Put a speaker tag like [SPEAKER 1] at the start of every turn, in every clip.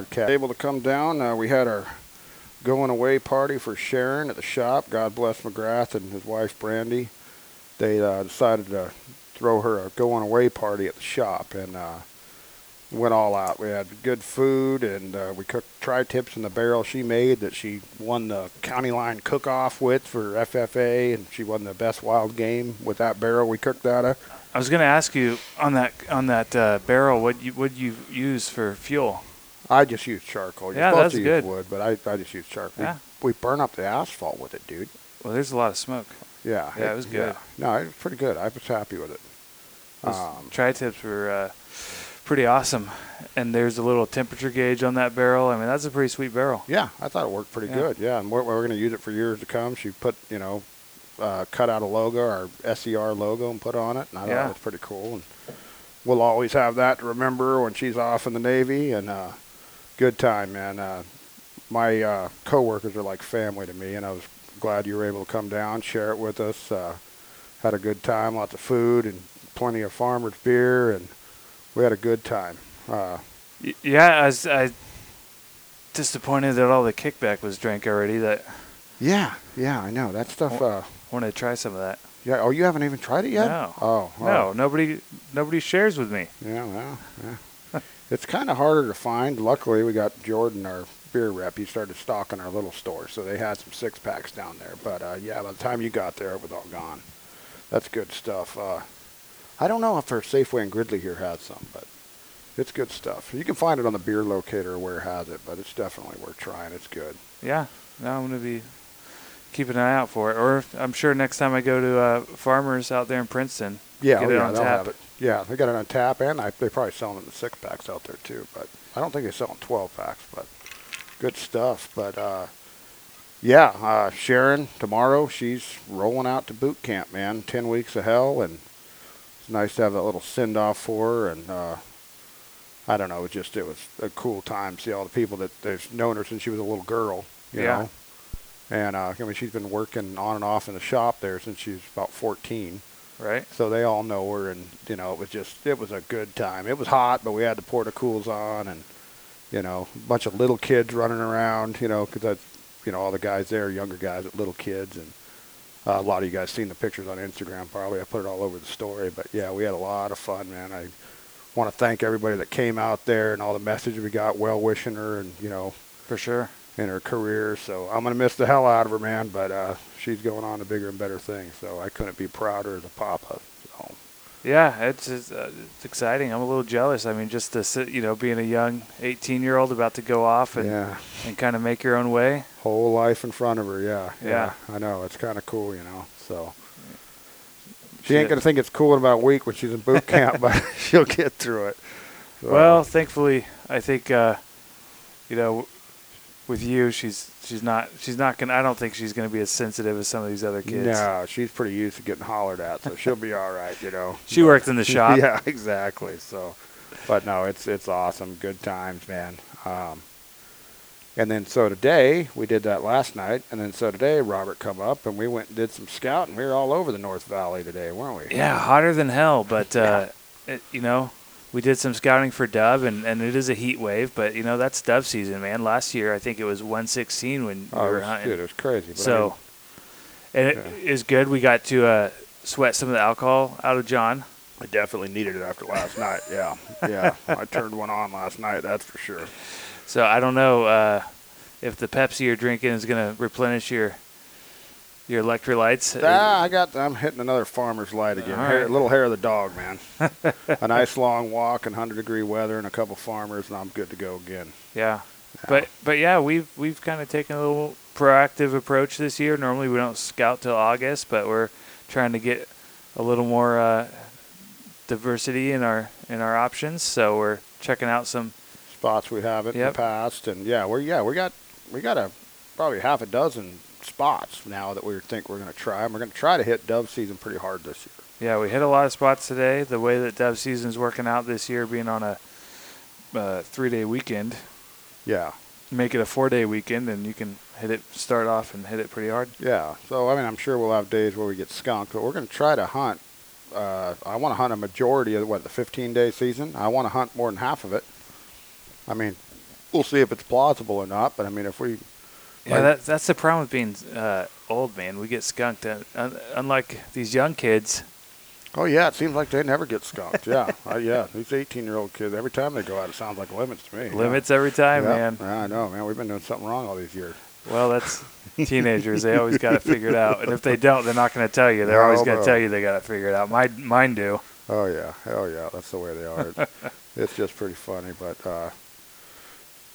[SPEAKER 1] podcast. Able to come down. Uh, we had our going away party for Sharon at the shop. God bless McGrath and his wife Brandy. They uh, decided to throw her a going away party at the shop and uh, went all out. We had good food and uh, we cooked tri tips in the barrel she made that she won the county line cook off with for FFA and she won the best wild game with that barrel we cooked out of.
[SPEAKER 2] I was going to ask you on that on that uh, barrel what you what you use for fuel.
[SPEAKER 1] I just use charcoal. You're
[SPEAKER 2] Yeah,
[SPEAKER 1] supposed
[SPEAKER 2] that's
[SPEAKER 1] to use
[SPEAKER 2] good.
[SPEAKER 1] wood, but I, I just use charcoal.
[SPEAKER 2] Yeah.
[SPEAKER 1] We, we burn up the asphalt with it, dude.
[SPEAKER 2] Well, there's a lot of smoke.
[SPEAKER 1] Yeah.
[SPEAKER 2] Yeah, it was good.
[SPEAKER 1] No, it was pretty good. I was happy with it.
[SPEAKER 2] Those
[SPEAKER 1] Um,
[SPEAKER 2] tri-tips were uh, pretty awesome, and there's a little temperature gauge on that barrel. I mean, that's a pretty sweet barrel.
[SPEAKER 1] Yeah, I thought it worked pretty
[SPEAKER 2] Yeah.
[SPEAKER 1] good. Yeah, and we're, we're going to use it for years to come. She put, you know, uh, cut out a logo, our SER logo, and put on it, and I thought
[SPEAKER 2] Yeah.
[SPEAKER 1] it was pretty cool. And we'll always have that to remember when she's off in the Navy. And uh, good time, man. Uh, my uh, coworkers are like family to me, and I was glad you were able to come down, share it with us. Uh, had a good time, lots of food, and plenty of farmers' beer, and we had a good time. Uh,
[SPEAKER 2] Y- yeah, I was I disappointed that all the kickback was drank already. That
[SPEAKER 1] yeah, yeah, I know that stuff.
[SPEAKER 2] Oh.
[SPEAKER 1] Uh,
[SPEAKER 2] I wanted to try some of that.
[SPEAKER 1] Yeah. Oh, you haven't even tried it yet?
[SPEAKER 2] No.
[SPEAKER 1] Oh. oh.
[SPEAKER 2] No, nobody nobody shares with me.
[SPEAKER 1] Yeah. Well, yeah. it's kind of harder to find. Luckily, we got Jordan, our beer rep. He started stocking our little store, so they had some six packs down there. But uh, yeah, by the time you got there, it was all gone. That's good stuff. Uh, I don't know if our Safeway and Gridley here has some, but it's good stuff. You can find it on the beer locator where it has it, but it's definitely worth trying. It's good.
[SPEAKER 2] Yeah, now I'm gonna be keeping an eye out for it. Or if- I'm sure next time I go to uh, farmers out there in Princeton,
[SPEAKER 1] Yeah,
[SPEAKER 2] get
[SPEAKER 1] oh,
[SPEAKER 2] it
[SPEAKER 1] yeah,
[SPEAKER 2] on
[SPEAKER 1] they'll
[SPEAKER 2] tap.
[SPEAKER 1] have it. Yeah, they got it on tap, and I, they probably selling it in six packs out there too. But I don't think they sell in twelve packs. But good stuff. But uh, yeah, uh, Sharon tomorrow she's rolling out to boot camp, man. Ten weeks of hell, and it's nice to have that little send off for her. And uh, I don't know, it just it was a cool time. See all the people that they've known her since she was a little girl. You
[SPEAKER 2] Yeah.
[SPEAKER 1] know. And uh, I mean, she's been working on and off in the shop there since she was about 14
[SPEAKER 2] Right?
[SPEAKER 1] so they all know her and you know it was just it was a good time it was hot but we had the porta cools on and you know a bunch of little kids running around you know because that's you know all the guys there are younger guys with little kids and uh, a lot of you guys seen the pictures on instagram probably i put it all over the story but yeah we had a lot of fun man i want to thank everybody that came out there and all the messages we got well wishing her and you know
[SPEAKER 2] For sure.
[SPEAKER 1] in her career. So I'm going to miss the hell out of her, man. But uh, she's going on to bigger and better things. So I couldn't be prouder as a papa. So,
[SPEAKER 2] Yeah, it's it's, uh, it's exciting. I'm a little jealous. I mean, just to sit, you know, being a young 18 year old about to go off and
[SPEAKER 1] yeah,
[SPEAKER 2] and kind of make your own way.
[SPEAKER 1] whole life in front of her. Yeah,
[SPEAKER 2] Yeah.
[SPEAKER 1] I know. It's kind of cool, you know. So she
[SPEAKER 2] She-
[SPEAKER 1] ain't going to think it's cool in about a week when she's in boot camp, but she'll get through it. So,
[SPEAKER 2] Well, thankfully, I think uh, you know, with you, she's she's not she's not gonna. I don't think she's gonna be as sensitive as some of these other kids.
[SPEAKER 1] no, she's pretty used to getting hollered at, so she'll be all right, you know.
[SPEAKER 2] She
[SPEAKER 1] But-
[SPEAKER 2] worked in the shop.
[SPEAKER 1] Yeah, exactly. So, but no, it's it's awesome. Good times, man. Um, and then so today we did that last night, and then so today Robert come up and we went and did some scouting. We were all over the North Valley today, weren't we?
[SPEAKER 2] Yeah, hotter than hell, but uh, it, you know, we did some scouting for dove, and, and it is a heat wave, but you know that's dove season, man. Last year, I think it was 116 when
[SPEAKER 1] Oh,
[SPEAKER 2] we
[SPEAKER 1] it was,
[SPEAKER 2] were
[SPEAKER 1] dude,
[SPEAKER 2] hunting.
[SPEAKER 1] it was crazy. But I
[SPEAKER 2] so,
[SPEAKER 1] mean,
[SPEAKER 2] and it is good. We got to uh, sweat some of the alcohol out of John.
[SPEAKER 1] I definitely needed it after last night. Yeah, yeah. I turned one on last night. That's for sure.
[SPEAKER 2] So I don't know uh, if the Pepsi you're drinking is gonna replenish your your electrolytes.
[SPEAKER 1] Ah, I got. I'm hitting another farmer's light again.
[SPEAKER 2] All
[SPEAKER 1] Hair-
[SPEAKER 2] right.
[SPEAKER 1] little hair of the dog, man. a nice long walk and 100 degree weather and a couple farmers, and I'm good to go again.
[SPEAKER 2] Yeah. But but yeah, we've we've kind of taken a little proactive approach this year. Normally we don't scout till August, but we're trying to get a little more uh, diversity in our in our options. So we're checking out some.
[SPEAKER 1] spots we haven't in the
[SPEAKER 2] Yep.
[SPEAKER 1] past, and yeah, we're yeah we got we got a probably half a dozen spots now that we think we're going to try, and we're going to try to hit dove season pretty hard this year.
[SPEAKER 2] Yeah, we hit a lot of spots today. The way that dove season's working out this year, being on a uh, three day weekend,
[SPEAKER 1] Yeah,
[SPEAKER 2] make it a four day weekend, and you can hit it start off and hit it pretty hard.
[SPEAKER 1] yeah. So I mean, I'm sure we'll have days where we get skunked, but we're going to try to hunt. Uh, I want to hunt a majority of what the 15 day season. I want to hunt more than half of it. I mean, we'll see if it's plausible or not. But I mean, if we
[SPEAKER 2] Yeah,
[SPEAKER 1] Like-
[SPEAKER 2] that, that's the problem with being uh, old, man. We get skunked. Un- un- unlike these young kids,
[SPEAKER 1] Oh yeah, it seems like they never get skunked. Yeah, uh, yeah. These eighteen-year-old kids, every time they go out, it sounds like limits to me. yeah.
[SPEAKER 2] limits every time,
[SPEAKER 1] Yeah.
[SPEAKER 2] man.
[SPEAKER 1] Yeah, I know, man. We've been doing something wrong all these years.
[SPEAKER 2] Well, that's teenagers. They always got it figured out, and if they don't, they're not going to tell you. They're always
[SPEAKER 1] No,
[SPEAKER 2] going
[SPEAKER 1] no.
[SPEAKER 2] to tell you they got it figured out. My mine do.
[SPEAKER 1] Oh yeah, oh yeah. That's the way they are. It- it's just pretty funny, but. uh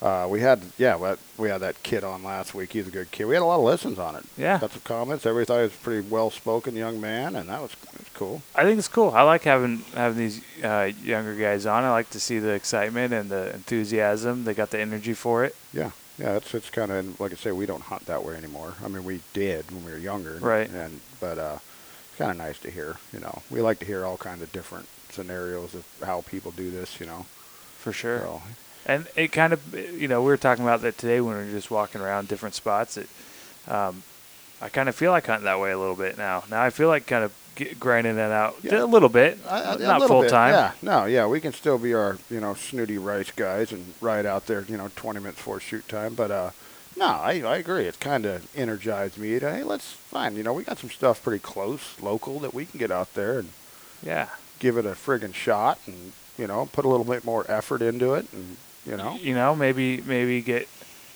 [SPEAKER 1] uh, we had yeah, we had- we had that kid on last week. He's a good kid. We had a lot of listens on it.
[SPEAKER 2] Yeah.
[SPEAKER 1] got some comments. Everybody was a pretty well spoken young man, and that was, it was cool.
[SPEAKER 2] I think it's cool. I like having having these uh, younger guys on. I like to see the excitement and the enthusiasm. They got the energy for it,
[SPEAKER 1] Yeah, yeah, it's it's kind of like I say, we don't hunt that way anymore. I mean, we did when we were younger,
[SPEAKER 2] Right.
[SPEAKER 1] And but uh, it's kind of nice to hear. You know, we like to hear all kinds of different scenarios of how people do this. You know,
[SPEAKER 2] for sure.
[SPEAKER 1] so,
[SPEAKER 2] And it kind of, you know, we were talking about that today when we were just walking around different spots. It, um, I kind of feel like hunting that way a little bit now. Now I feel like kind of get, grinding that out
[SPEAKER 1] Yeah.
[SPEAKER 2] a little bit,
[SPEAKER 1] I- I- a
[SPEAKER 2] not
[SPEAKER 1] little
[SPEAKER 2] full
[SPEAKER 1] bit,
[SPEAKER 2] time.
[SPEAKER 1] Yeah, no, yeah, we can still be our you know snooty rice guys and ride out there. You know, twenty minutes before shoot time, but uh. No, I, I agree. It's kind of energized me. To, hey, let's find, you know, we got some stuff pretty close, local, that we can get out there and
[SPEAKER 2] Yeah.
[SPEAKER 1] give it a friggin' shot and you know put a little bit more effort into it and you know
[SPEAKER 2] You know, maybe maybe get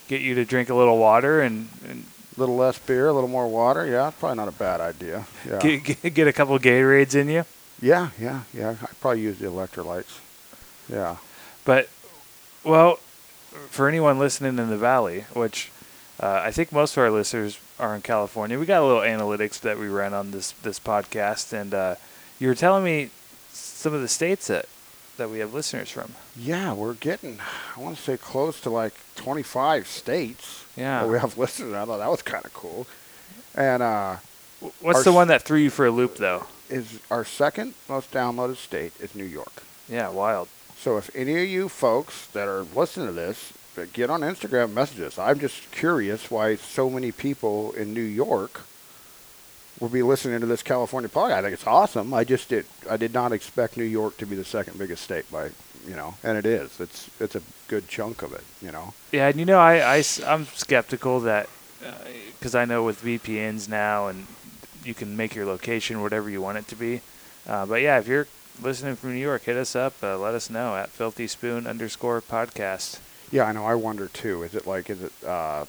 [SPEAKER 2] get you to drink a little water and, and
[SPEAKER 1] a little less beer a little more water yeah it's probably not a bad idea yeah
[SPEAKER 2] get, get get a couple Gatorades in you.
[SPEAKER 1] yeah yeah yeah i probably use the electrolytes yeah
[SPEAKER 2] But, well, for anyone listening in the valley, which uh, I think most of our listeners are in California, we got a little analytics that we ran on this this podcast, and uh, you were telling me some of the states that that we have listeners from.
[SPEAKER 1] yeah we're getting i want to say close to like 25 states
[SPEAKER 2] Yeah.
[SPEAKER 1] that we have listeners i thought that was kind of cool and uh
[SPEAKER 2] W- What's
[SPEAKER 1] Our
[SPEAKER 2] the
[SPEAKER 1] s-
[SPEAKER 2] one that threw you for a loop, though?
[SPEAKER 1] is our second most downloaded state is new york
[SPEAKER 2] Yeah, wild.
[SPEAKER 1] So if any of you folks that are listening to this, uh, get on Instagram, and message us. I'm just curious why so many people in New York will be listening to this California podcast. I think it's awesome. I just did. I did not expect New York to be the second biggest state by you know, and it is. It's it's a good chunk of it. You know.
[SPEAKER 2] Yeah, and you know, I, am skeptical that because I know with VPNs now and you can make your location whatever you want it to be. Uh, but yeah, if you're listening from New York, hit us up. Uh, let us know at Filthy Spoon underscore podcast.
[SPEAKER 1] Yeah, I know. I wonder too. Is it like is it uh,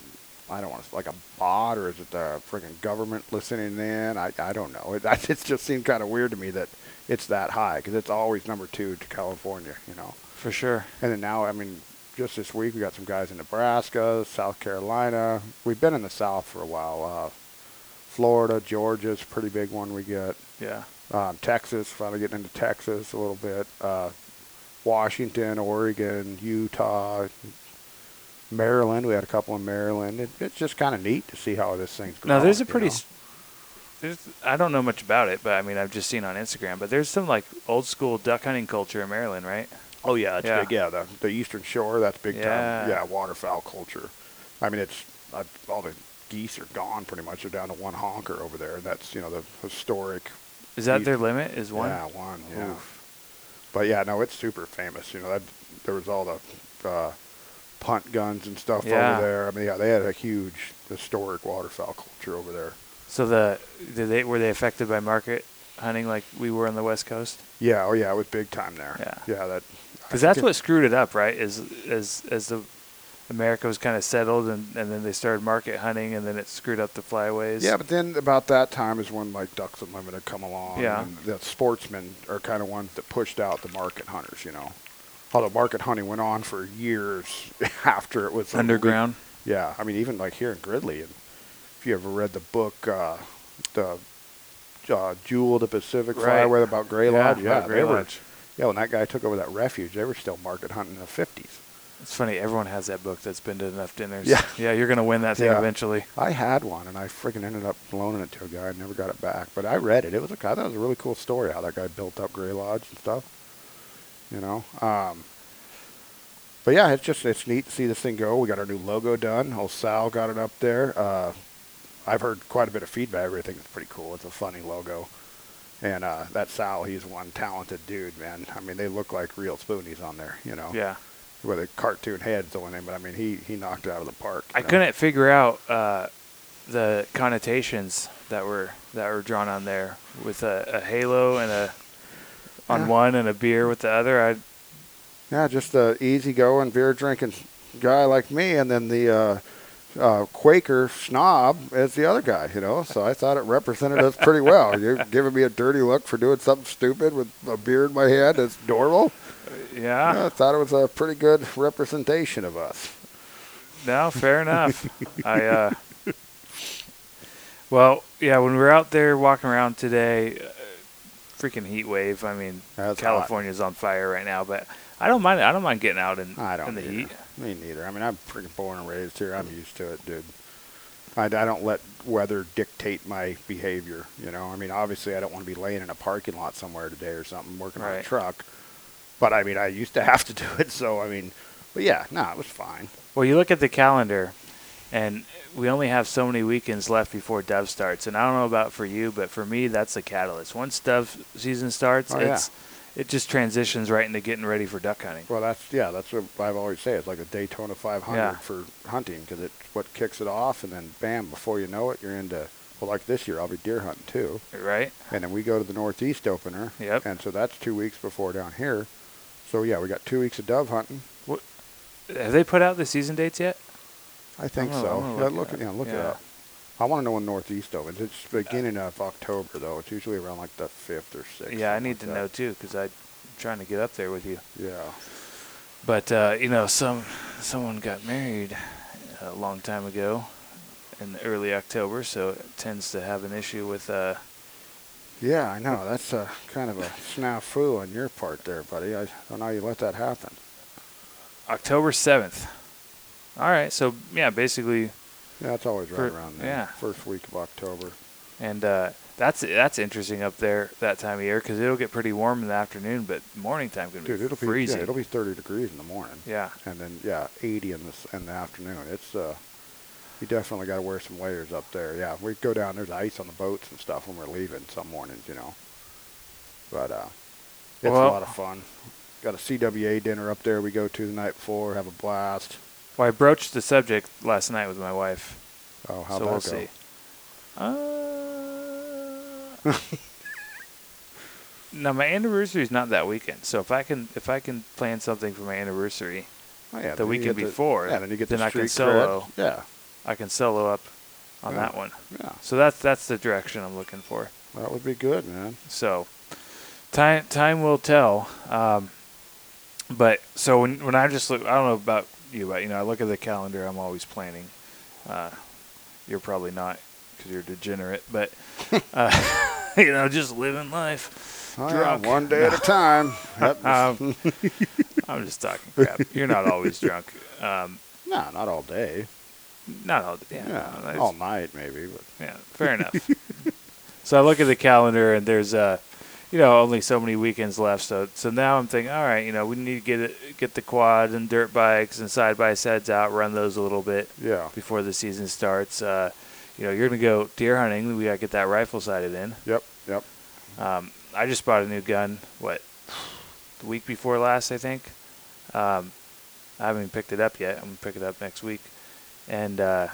[SPEAKER 1] I don't want to like a bot or is it the freaking government listening in? I I don't know. It it just seemed kind of weird to me that it's that high because it's always number two to California, you know.
[SPEAKER 2] For sure.
[SPEAKER 1] And then now, I mean, just this week we got some guys in Nebraska, South Carolina. We've been in the South for a while. Uh, Florida, Georgia's a pretty big one we get.
[SPEAKER 2] Yeah.
[SPEAKER 1] Um, Texas, finally getting into Texas a little bit. Uh, Washington, Oregon, Utah, Maryland. We had a couple in Maryland. It, it's just kind of neat to see how this thing's growing.
[SPEAKER 2] Now, there's a
[SPEAKER 1] you
[SPEAKER 2] pretty.
[SPEAKER 1] know?
[SPEAKER 2] s There's, I don't know much about it, but I mean, I've just seen on Instagram. But there's some like old school duck hunting culture in Maryland, right?
[SPEAKER 1] Oh yeah, it's
[SPEAKER 2] Yeah.
[SPEAKER 1] big. Yeah, the, the Eastern Shore. That's big
[SPEAKER 2] Yeah.
[SPEAKER 1] time. Yeah, waterfowl culture. I mean, it's I, all the geese are gone pretty much. They're down to one honker over there. That's you know the historic.
[SPEAKER 2] Is that
[SPEAKER 1] East-
[SPEAKER 2] their limit? Is one?
[SPEAKER 1] Yeah, one. Yeah. But yeah, no, it's super famous. You know, that there was all the uh, punt guns and stuff
[SPEAKER 2] Yeah.
[SPEAKER 1] over there. I mean, yeah, they had a huge historic waterfowl culture over there.
[SPEAKER 2] So the did they were they affected by market hunting like we were on the West Coast?
[SPEAKER 1] Yeah. Oh yeah, it was big time there.
[SPEAKER 2] Yeah.
[SPEAKER 1] Yeah. That.
[SPEAKER 2] Because that's what screwed it up, right? Is as as the America was kind of settled, and, and then they started market hunting, and then it screwed up the flyways.
[SPEAKER 1] Yeah, but then about that time is when like Ducks Unlimited come along.
[SPEAKER 2] Yeah.
[SPEAKER 1] And the sportsmen are kind of ones that pushed out the market hunters, you know. Although market hunting went on for years after it was
[SPEAKER 2] underground.
[SPEAKER 1] yeah, I mean even like here in Gridley, and if you ever read the book, uh, the uh, Jewel of the Pacific
[SPEAKER 2] Right.
[SPEAKER 1] Flyway about Gray
[SPEAKER 2] Yeah,
[SPEAKER 1] Lodge,
[SPEAKER 2] about Grey
[SPEAKER 1] they were-
[SPEAKER 2] Lodge.
[SPEAKER 1] yeah, when that guy took over that refuge, they were still market hunting in the fifties.
[SPEAKER 2] It's funny. Everyone has that book that's been to enough dinners.
[SPEAKER 1] Yeah.
[SPEAKER 2] yeah. You're gonna win that thing
[SPEAKER 1] Yeah.
[SPEAKER 2] eventually.
[SPEAKER 1] I had one, and I freaking ended up loaning it to a guy. I never got it back, but I read it. It was a, I thought it was a really cool story how that guy built up Gray Lodge and stuff. You know, um, but yeah, it's just it's neat to see this thing go. We got our new logo done. Old Sal got it up there. Uh, I've heard quite a bit of feedback. Everything is pretty cool. It's a funny logo, and uh, that Sal, he's one talented dude, man. I mean, they look like real spoonies on there. You know,
[SPEAKER 2] Yeah.
[SPEAKER 1] with a cartoon head thrown in, but I mean, he, he knocked it out of the park. you
[SPEAKER 2] I
[SPEAKER 1] know?
[SPEAKER 2] couldn't figure out uh, the connotations that were that were drawn on there with a, a halo and a on
[SPEAKER 1] Yeah.
[SPEAKER 2] one and a beer with the other. I
[SPEAKER 1] Yeah, just a easygoing beer drinking guy like me, and then the uh, uh, Quaker snob as the other guy. You know, so I thought it represented us pretty well. You're giving me a dirty look for doing something stupid with a beer in my hand. It's normal.
[SPEAKER 2] yeah,
[SPEAKER 1] I thought it was a pretty good representation of us.
[SPEAKER 2] no, fair enough. I uh, well, yeah, when we were out there walking around today, uh, freaking heat wave. I mean,
[SPEAKER 1] That's hot.
[SPEAKER 2] California's on fire right now, but I don't mind. I don't mind getting out in
[SPEAKER 1] I don't.
[SPEAKER 2] in the
[SPEAKER 1] either.
[SPEAKER 2] heat.
[SPEAKER 1] Me neither. I mean, I'm freaking born and raised here. I'm used to it, dude. I, I don't let weather dictate my behavior. You know, I mean, obviously, I don't want to be laying in a parking lot somewhere today or something working on a
[SPEAKER 2] Right.
[SPEAKER 1] truck. But I mean, I used to have to do it, so I mean, but yeah, no, it was fine.
[SPEAKER 2] Well, you look at the calendar, and we only have so many weekends left before Dove starts. And I don't know about for you, but for me, that's the catalyst. Once Dove season starts,
[SPEAKER 1] Oh, yeah.
[SPEAKER 2] it's it just transitions right into getting ready for duck hunting.
[SPEAKER 1] Well, that's yeah, that's what I've always say. It's like a Daytona 500
[SPEAKER 2] Yeah.
[SPEAKER 1] for hunting because it's what kicks it off, and then bam, before you know it, you're into. Well, like this year, I'll be deer hunting too.
[SPEAKER 2] Right?
[SPEAKER 1] and then we go to the northeast opener.
[SPEAKER 2] Yep.
[SPEAKER 1] And so that's two weeks before down here. So yeah, we got two weeks of dove hunting.
[SPEAKER 2] Have they put out the season dates yet?
[SPEAKER 1] I think
[SPEAKER 2] gonna-
[SPEAKER 1] so.
[SPEAKER 2] I'm gonna
[SPEAKER 1] Yeah,
[SPEAKER 2] look it
[SPEAKER 1] look,
[SPEAKER 2] up.
[SPEAKER 1] yeah, look it
[SPEAKER 2] Yeah.
[SPEAKER 1] up. I want to know when northeast opens. It's beginning of October though. It's usually around like the fifth or sixth.
[SPEAKER 2] yeah, I
[SPEAKER 1] something
[SPEAKER 2] need to
[SPEAKER 1] like
[SPEAKER 2] know
[SPEAKER 1] that.
[SPEAKER 2] too because I'm trying to get up there with you.
[SPEAKER 1] Yeah.
[SPEAKER 2] But uh, you know, some someone got married a long time ago in early October, so it tends to have an issue with. Uh,
[SPEAKER 1] Yeah, I know. That's a kind of a snafu on your part there, buddy. I don't know how you let that happen.
[SPEAKER 2] October 7th. All right, so yeah, basically
[SPEAKER 1] Yeah, it's always right
[SPEAKER 2] For-
[SPEAKER 1] around there.
[SPEAKER 2] yeah.
[SPEAKER 1] First week of October.
[SPEAKER 2] and uh that's that's interesting up there that time of year cuz it'll get pretty warm in the afternoon, but morning time can be
[SPEAKER 1] Dude, it'll be
[SPEAKER 2] freezing.
[SPEAKER 1] yeah, it'll be 30 degrees in the morning.
[SPEAKER 2] Yeah.
[SPEAKER 1] and then yeah, 80 in the s- in the afternoon. It's uh, you definitely got to wear some layers up there. Yeah, we go down. There's ice on the boats and stuff when we're leaving some mornings, you know. But uh, it's a
[SPEAKER 2] Well-
[SPEAKER 1] lot of fun. Got a CWA dinner up there. We go to the night before, have a blast.
[SPEAKER 2] Well, I broached the subject last night with my wife.
[SPEAKER 1] Oh, how that
[SPEAKER 2] so we'll
[SPEAKER 1] go?
[SPEAKER 2] see. Uh, now my anniversary is not that weekend, so if I can if I can plan something for my anniversary,
[SPEAKER 1] Oh, yeah,
[SPEAKER 2] the
[SPEAKER 1] then you get
[SPEAKER 2] weekend
[SPEAKER 1] the-
[SPEAKER 2] before,
[SPEAKER 1] Yeah, then you get
[SPEAKER 2] then
[SPEAKER 1] the
[SPEAKER 2] I can
[SPEAKER 1] street
[SPEAKER 2] solo.
[SPEAKER 1] cred. Yeah,
[SPEAKER 2] I can solo up on
[SPEAKER 1] Yeah.
[SPEAKER 2] that one.
[SPEAKER 1] yeah,
[SPEAKER 2] So that's that's the direction I'm looking for.
[SPEAKER 1] that would be good, man.
[SPEAKER 2] So time time will tell. Um, but so when when I just look, I don't know about you, but you know, I look at the calendar. I'm always planning. Uh, you're probably not because you're degenerate, but uh, you know, just living life.
[SPEAKER 1] Oh, yeah,
[SPEAKER 2] drunk.
[SPEAKER 1] one day at a time. Yep.
[SPEAKER 2] Um, I'm just talking crap. You're not always drunk. Um,
[SPEAKER 1] no, not all day.
[SPEAKER 2] not all. Yeah,
[SPEAKER 1] Yeah, oh,
[SPEAKER 2] that's-
[SPEAKER 1] all night maybe, but
[SPEAKER 2] Yeah, fair enough. so I look at the calendar and there's uh you know, only so many weekends left. So so now I'm thinking, all right, you know, we need to get it, get the quad and dirt bikes and side by sides out, run those a little bit
[SPEAKER 1] yeah,
[SPEAKER 2] before the season starts. Uh, you know, you're gonna go deer hunting. We gotta get that rifle sighted in.
[SPEAKER 1] yep, yep.
[SPEAKER 2] Um, I just bought a new gun. What the week before last, I think. Um, I haven't even picked it up yet. I'm gonna pick it up next week, and uh,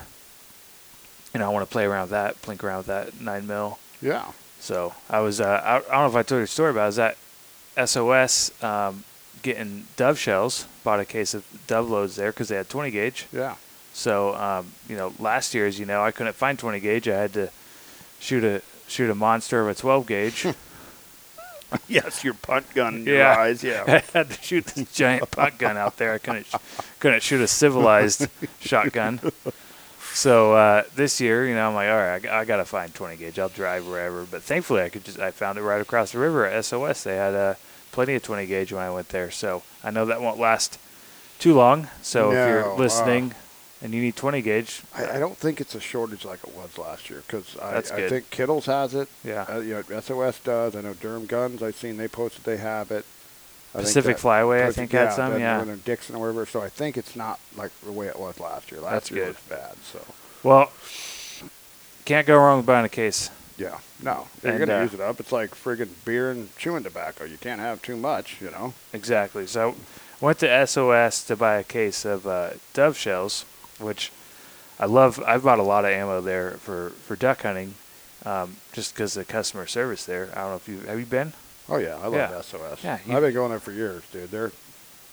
[SPEAKER 2] you know I want to play around with that, plink around with that nine mil.
[SPEAKER 1] Yeah.
[SPEAKER 2] So I was uh, I, I don't know if I told you the story, but I was at SOS um, getting dove shells. Bought a case of dove loads there because they had 20 gauge.
[SPEAKER 1] Yeah.
[SPEAKER 2] So um, you know, last year, as you know, I couldn't find 20 gauge. I had to shoot a shoot a monster of a 12 gauge.
[SPEAKER 1] Yes, your punt gun in
[SPEAKER 2] Yeah.
[SPEAKER 1] Yeah.
[SPEAKER 2] I had to shoot this giant punt gun out there. I couldn't sh- couldn't shoot a civilized shotgun. So uh, this year, you know, I'm like, all right, I, g- I gotta find 20 gauge. I'll drive wherever. But thankfully, I could just I found it right across the river at SOS. They had uh, plenty of 20 gauge when I went there. So I know that won't last too long. So if
[SPEAKER 1] No,
[SPEAKER 2] you're
[SPEAKER 1] uh,
[SPEAKER 2] listening and you need 20 gauge,
[SPEAKER 1] I, I don't think it's a shortage like it was last year because I,
[SPEAKER 2] That's
[SPEAKER 1] I
[SPEAKER 2] good.
[SPEAKER 1] think Kittles has it.
[SPEAKER 2] Yeah.
[SPEAKER 1] Uh, you know, SOS does. I know Durham Guns. I've seen they posted they have it. I think
[SPEAKER 2] Pacific
[SPEAKER 1] that-
[SPEAKER 2] Flyway, I
[SPEAKER 1] Pacific-
[SPEAKER 2] think had some.
[SPEAKER 1] that-
[SPEAKER 2] Yeah.
[SPEAKER 1] when they're Dixon or wherever. So I think it's not like the way it was last year. Last
[SPEAKER 2] That's
[SPEAKER 1] year
[SPEAKER 2] good.
[SPEAKER 1] was bad. So
[SPEAKER 2] Well, can't go wrong with buying a case.
[SPEAKER 1] yeah, no, you're
[SPEAKER 2] And,
[SPEAKER 1] gonna
[SPEAKER 2] uh,
[SPEAKER 1] use it up. It's like friggin' beer and chewing tobacco. You can't have too much, you know.
[SPEAKER 2] Exactly. So went to SOS to buy a case of uh, dove shells, which I love. I've bought a lot of ammo there for, for duck hunting, um, just because the customer service there. I don't know if you have you been.
[SPEAKER 1] Oh yeah, I love
[SPEAKER 2] Yeah.
[SPEAKER 1] SOS.
[SPEAKER 2] Yeah, you-
[SPEAKER 1] I've been going there for years, dude. They're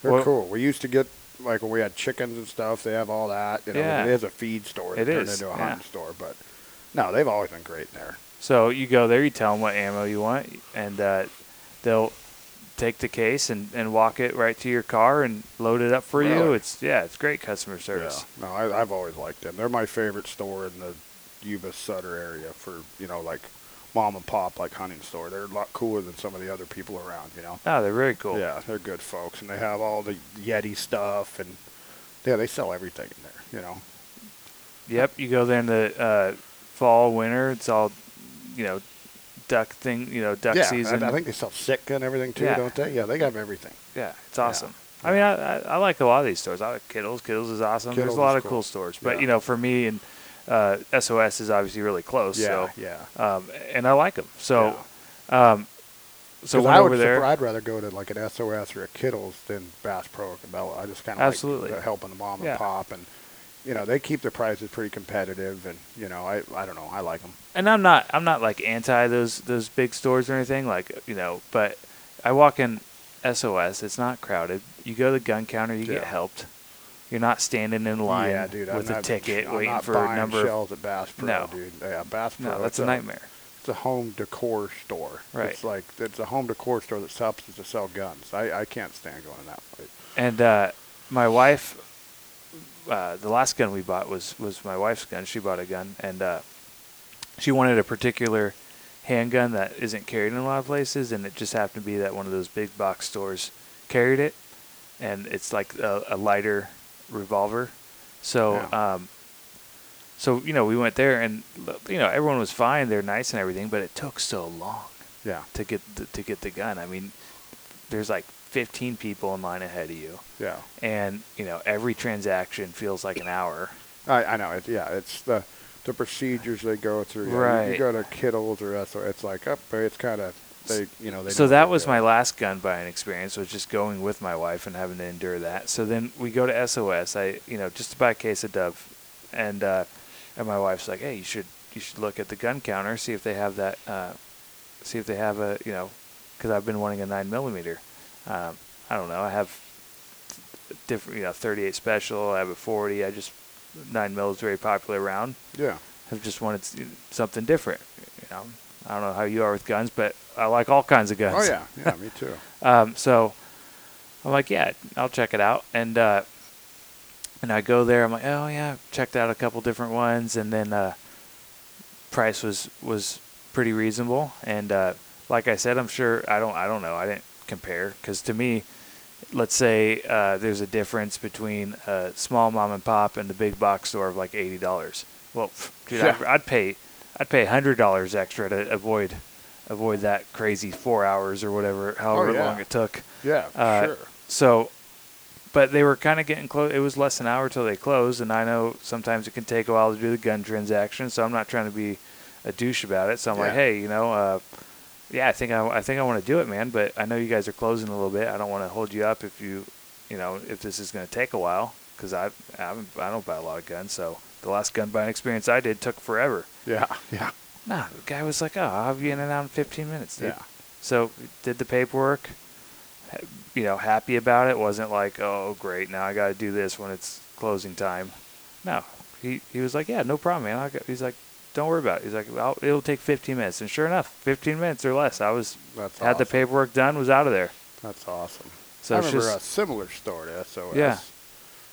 [SPEAKER 1] they're
[SPEAKER 2] Well-
[SPEAKER 1] cool. We used to get like when we had chickens and stuff. They have all that. You know,
[SPEAKER 2] Yeah.
[SPEAKER 1] it is a feed store.
[SPEAKER 2] It
[SPEAKER 1] It turned
[SPEAKER 2] is,
[SPEAKER 1] into a
[SPEAKER 2] yeah.
[SPEAKER 1] hunting store, but no, they've always been great there.
[SPEAKER 2] So you go there, you tell them what ammo you want, and uh, they'll take the case and, and walk it right to your car and load it up for you.
[SPEAKER 1] Really?
[SPEAKER 2] It's yeah, it's great customer service.
[SPEAKER 1] Yeah. No, I, I've always liked them. They're my favorite store in the Yuba Sutter area for you know like mom and pop like hunting store. They're a lot cooler than some of the other people around. You know.
[SPEAKER 2] Oh, they're very cool.
[SPEAKER 1] Yeah, they're good folks, and they have all the Yeti stuff, and yeah, they sell everything in there. You know.
[SPEAKER 2] Yep. You go there in the uh, fall, winter. It's all you know, duck thing. You know, duck
[SPEAKER 1] yeah,
[SPEAKER 2] season.
[SPEAKER 1] I, I think they sell Sitka and everything too,
[SPEAKER 2] Yeah.
[SPEAKER 1] don't they? Yeah, they got everything.
[SPEAKER 2] yeah, it's awesome. I mean, I, I, I like a lot of these stores. I like Kittles. Kittles is awesome. There's
[SPEAKER 1] Kittles
[SPEAKER 2] a
[SPEAKER 1] is
[SPEAKER 2] lot of cool,
[SPEAKER 1] cool.
[SPEAKER 2] stores, but
[SPEAKER 1] Yeah.
[SPEAKER 2] you know, for me and uh, SOS is obviously really close.
[SPEAKER 1] Yeah,
[SPEAKER 2] so,
[SPEAKER 1] yeah.
[SPEAKER 2] Um, and I like them. So, um, so
[SPEAKER 1] 'Cause
[SPEAKER 2] went
[SPEAKER 1] I
[SPEAKER 2] over
[SPEAKER 1] would
[SPEAKER 2] there.
[SPEAKER 1] I'd rather go to like an SOS or a Kittles than Bass Pro or Cabela. I just kind of
[SPEAKER 2] Absolutely.
[SPEAKER 1] like the helping the mom and
[SPEAKER 2] Yeah.
[SPEAKER 1] pop, and you know they keep the prices pretty competitive, and you know I I don't know I like them.
[SPEAKER 2] and I'm not I'm not like anti those those big stores or anything like you know, but I walk in SOS. It's not crowded. You go to the gun counter, you get
[SPEAKER 1] Yeah.
[SPEAKER 2] helped. You're not standing in line
[SPEAKER 1] yeah, dude, I'm
[SPEAKER 2] with a
[SPEAKER 1] not,
[SPEAKER 2] ticket
[SPEAKER 1] I'm
[SPEAKER 2] waiting
[SPEAKER 1] not
[SPEAKER 2] for a
[SPEAKER 1] buying
[SPEAKER 2] number. of
[SPEAKER 1] shells at Bass Pro,
[SPEAKER 2] No.
[SPEAKER 1] dude. Yeah, Bass Pro.
[SPEAKER 2] No, that's
[SPEAKER 1] it's
[SPEAKER 2] a nightmare.
[SPEAKER 1] It's a home decor store.
[SPEAKER 2] Right.
[SPEAKER 1] It's like it's a home decor store that helps to sell guns. I I can't stand going in that place.
[SPEAKER 2] And uh, my wife, uh, the last gun we bought was was my wife's gun. She bought a gun, and uh, she wanted a particular handgun that isn't carried in a lot of places, and it just happened to be that one of those big box stores carried it, and it's like a, a lighter revolver. So,
[SPEAKER 1] Yeah.
[SPEAKER 2] um, so you know, we went there, and you know, everyone was fine. They're nice and everything, but it took so long
[SPEAKER 1] Yeah.
[SPEAKER 2] to get the, to get the gun. I mean, there's like 15 people in line ahead of you,
[SPEAKER 1] Yeah.
[SPEAKER 2] and you know every transaction feels like an hour.
[SPEAKER 1] I, I know. It, yeah, it's the the procedures they go through. Yeah, you-
[SPEAKER 2] Right.
[SPEAKER 1] You go to Kittles or SO, it's like up. there. it's kind of they. You know they.
[SPEAKER 2] So
[SPEAKER 1] know
[SPEAKER 2] that
[SPEAKER 1] what
[SPEAKER 2] was my
[SPEAKER 1] they're
[SPEAKER 2] last gun buying experience, was just going with my wife and having to endure that. So then we go to SOS. I you know just to buy a case of Dove, and uh, and my wife's like, hey, you should you should look at the gun counter, see if they have that, uh, see if they have a you know, because I've been wanting a nine millimeter. Um, I don't know. I have different you know 38 special. I have a 40. I just nine mil is very popular round.
[SPEAKER 1] doing. Yeah.
[SPEAKER 2] have just wanted s- something different. You know, I don't know how you are with guns, but I like all kinds of guns.
[SPEAKER 1] Oh yeah. Yeah. Me too.
[SPEAKER 2] Um, so I'm like, yeah, I'll check it out, and uh, and I go there. I'm like, oh yeah, checked out a couple different ones, and then uh, price was was pretty reasonable. And uh, like I said, I'm sure I don't I don't know. I didn't compare because to me, let's say uh, there's a difference between a small mom and pop and the big box store of like eighty dollars. Well, pff, dude, I'd,
[SPEAKER 1] Yeah.
[SPEAKER 2] I'd pay I'd pay hundred dollars extra to avoid avoid that crazy four hours or whatever however
[SPEAKER 1] Oh, yeah.
[SPEAKER 2] long it took.
[SPEAKER 1] Yeah.
[SPEAKER 2] Uh,
[SPEAKER 1] sure.
[SPEAKER 2] So, but they were kind of getting close. It was less than an hour till they closed, and I know sometimes it can take a while to do the gun transaction. So I'm not trying to be a douche about it. So I'm like,
[SPEAKER 1] Yeah.
[SPEAKER 2] hey, you know, uh, yeah, I think I, I think I want to do it, man. But I know you guys are closing a little bit. I don't want to hold you up if you, you know, if this is going to take a while because I I'm, I don't buy a lot of guns. So the last gun buying experience I did took forever.
[SPEAKER 1] Yeah. Yeah.
[SPEAKER 2] Nah, the guy was like, "Oh, I'll have you in and out in 15 minutes." Dude.
[SPEAKER 1] Yeah.
[SPEAKER 2] So did the paperwork. ha- You know, happy about it. Wasn't like, "Oh, great, now I got to do this when it's closing time." No, he he was like, "Yeah, no problem, man." I got, he's like, "Don't worry about it." He's like, I'll, "It'll take 15 minutes," and sure enough, 15 minutes or less, I was
[SPEAKER 1] That's
[SPEAKER 2] had the
[SPEAKER 1] awesome.
[SPEAKER 2] paperwork done, was out of there.
[SPEAKER 1] That's awesome.
[SPEAKER 2] So
[SPEAKER 1] I
[SPEAKER 2] it's
[SPEAKER 1] remember
[SPEAKER 2] just-
[SPEAKER 1] a similar store to SOS.
[SPEAKER 2] Yeah.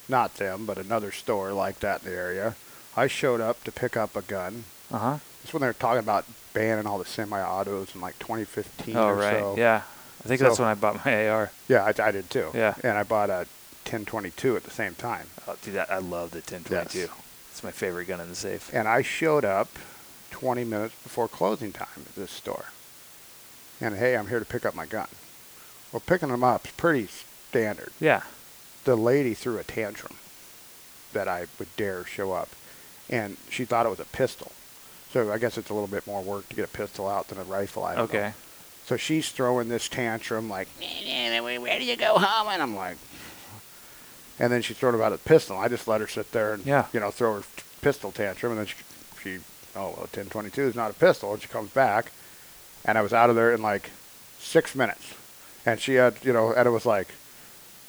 [SPEAKER 1] Not them, but another store like that in the area. I showed up to pick up a gun.
[SPEAKER 2] Uh huh.
[SPEAKER 1] That's when they were talking about banning all the semi-autos in like 2015
[SPEAKER 2] Oh
[SPEAKER 1] or
[SPEAKER 2] right,
[SPEAKER 1] so.
[SPEAKER 2] yeah. I think
[SPEAKER 1] So-
[SPEAKER 2] that's when I bought my AR.
[SPEAKER 1] Yeah, I, I did too.
[SPEAKER 2] Yeah.
[SPEAKER 1] And I bought a 1022 at the same time.
[SPEAKER 2] Oh, dude, I, I love the 1022.
[SPEAKER 1] Yes.
[SPEAKER 2] It's my favorite gun in the safe.
[SPEAKER 1] And I showed up 20 minutes before closing time at this store. And hey, I'm here to pick up my gun. Well, picking them up is pretty standard.
[SPEAKER 2] Yeah.
[SPEAKER 1] The lady threw a tantrum that I would dare show up. And she thought it was a pistol. So I guess it's a little bit more work to get a pistol out than a rifle. I don't know.
[SPEAKER 2] Okay.
[SPEAKER 1] So she's throwing this tantrum like, "Nah, nah, nah, where where do you go home? And I'm like, and then she thrown about a pistol. I just let her sit there and
[SPEAKER 2] Yeah.
[SPEAKER 1] you know throw her t- pistol tantrum, and then she, she oh well, ten twenty two is not a pistol, and she comes back, and I was out of there in like six minutes, and she had you know, and it was like.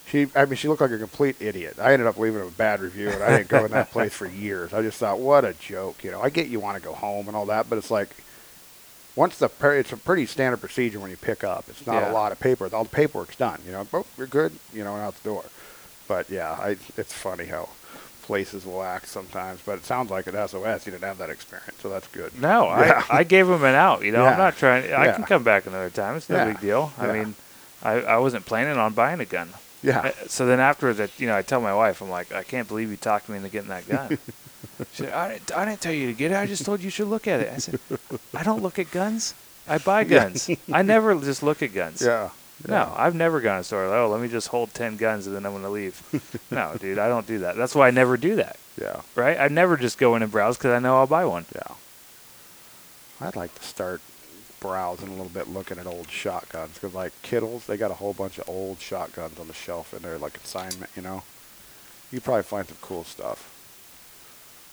[SPEAKER 1] She, I mean, she looked like a complete idiot. I ended up leaving a bad review, and I didn't go in that place for years. I just thought, what a joke, you know. I get you want to go home and all that, but it's like, once the per- it's a pretty standard procedure when you pick up. It's not a
[SPEAKER 2] Yeah.
[SPEAKER 1] lot of paper. All the paperwork's done. You know, oh, you're good. You know, and out the door. But yeah, I, it's funny how places will act sometimes. But it sounds like at SOS you didn't have that experience, so that's good.
[SPEAKER 2] No,
[SPEAKER 1] Yeah.
[SPEAKER 2] I, I gave him an out. You know,
[SPEAKER 1] Yeah.
[SPEAKER 2] I'm not trying. I
[SPEAKER 1] Yeah.
[SPEAKER 2] can come back another time. It's no
[SPEAKER 1] Yeah.
[SPEAKER 2] big deal. I
[SPEAKER 1] Yeah.
[SPEAKER 2] mean, I, I wasn't planning on buying a gun.
[SPEAKER 1] Yeah,
[SPEAKER 2] Uh, So then afterwards, I, you know, I tell my wife, I'm like, I can't believe you talked me into getting that gun. she said, I didn't, I didn't tell you to get it. I just told you you should look at it. I said, I don't look at guns. I buy guns. I never just look at guns.
[SPEAKER 1] yeah,
[SPEAKER 2] No, I've never gone to a store. Like, oh, let me just hold 10 guns and then I'm going to leave. no, dude, I don't do that. That's why I never do that,
[SPEAKER 1] yeah,
[SPEAKER 2] right? I never just go in and browse because I know I'll buy one.
[SPEAKER 1] yeah. I'd like to start browsing a little bit, looking at old shotguns. Cause like Kittles, they got a whole bunch of old shotguns on the shelf in there, like consignment. You know, you probably find some cool stuff.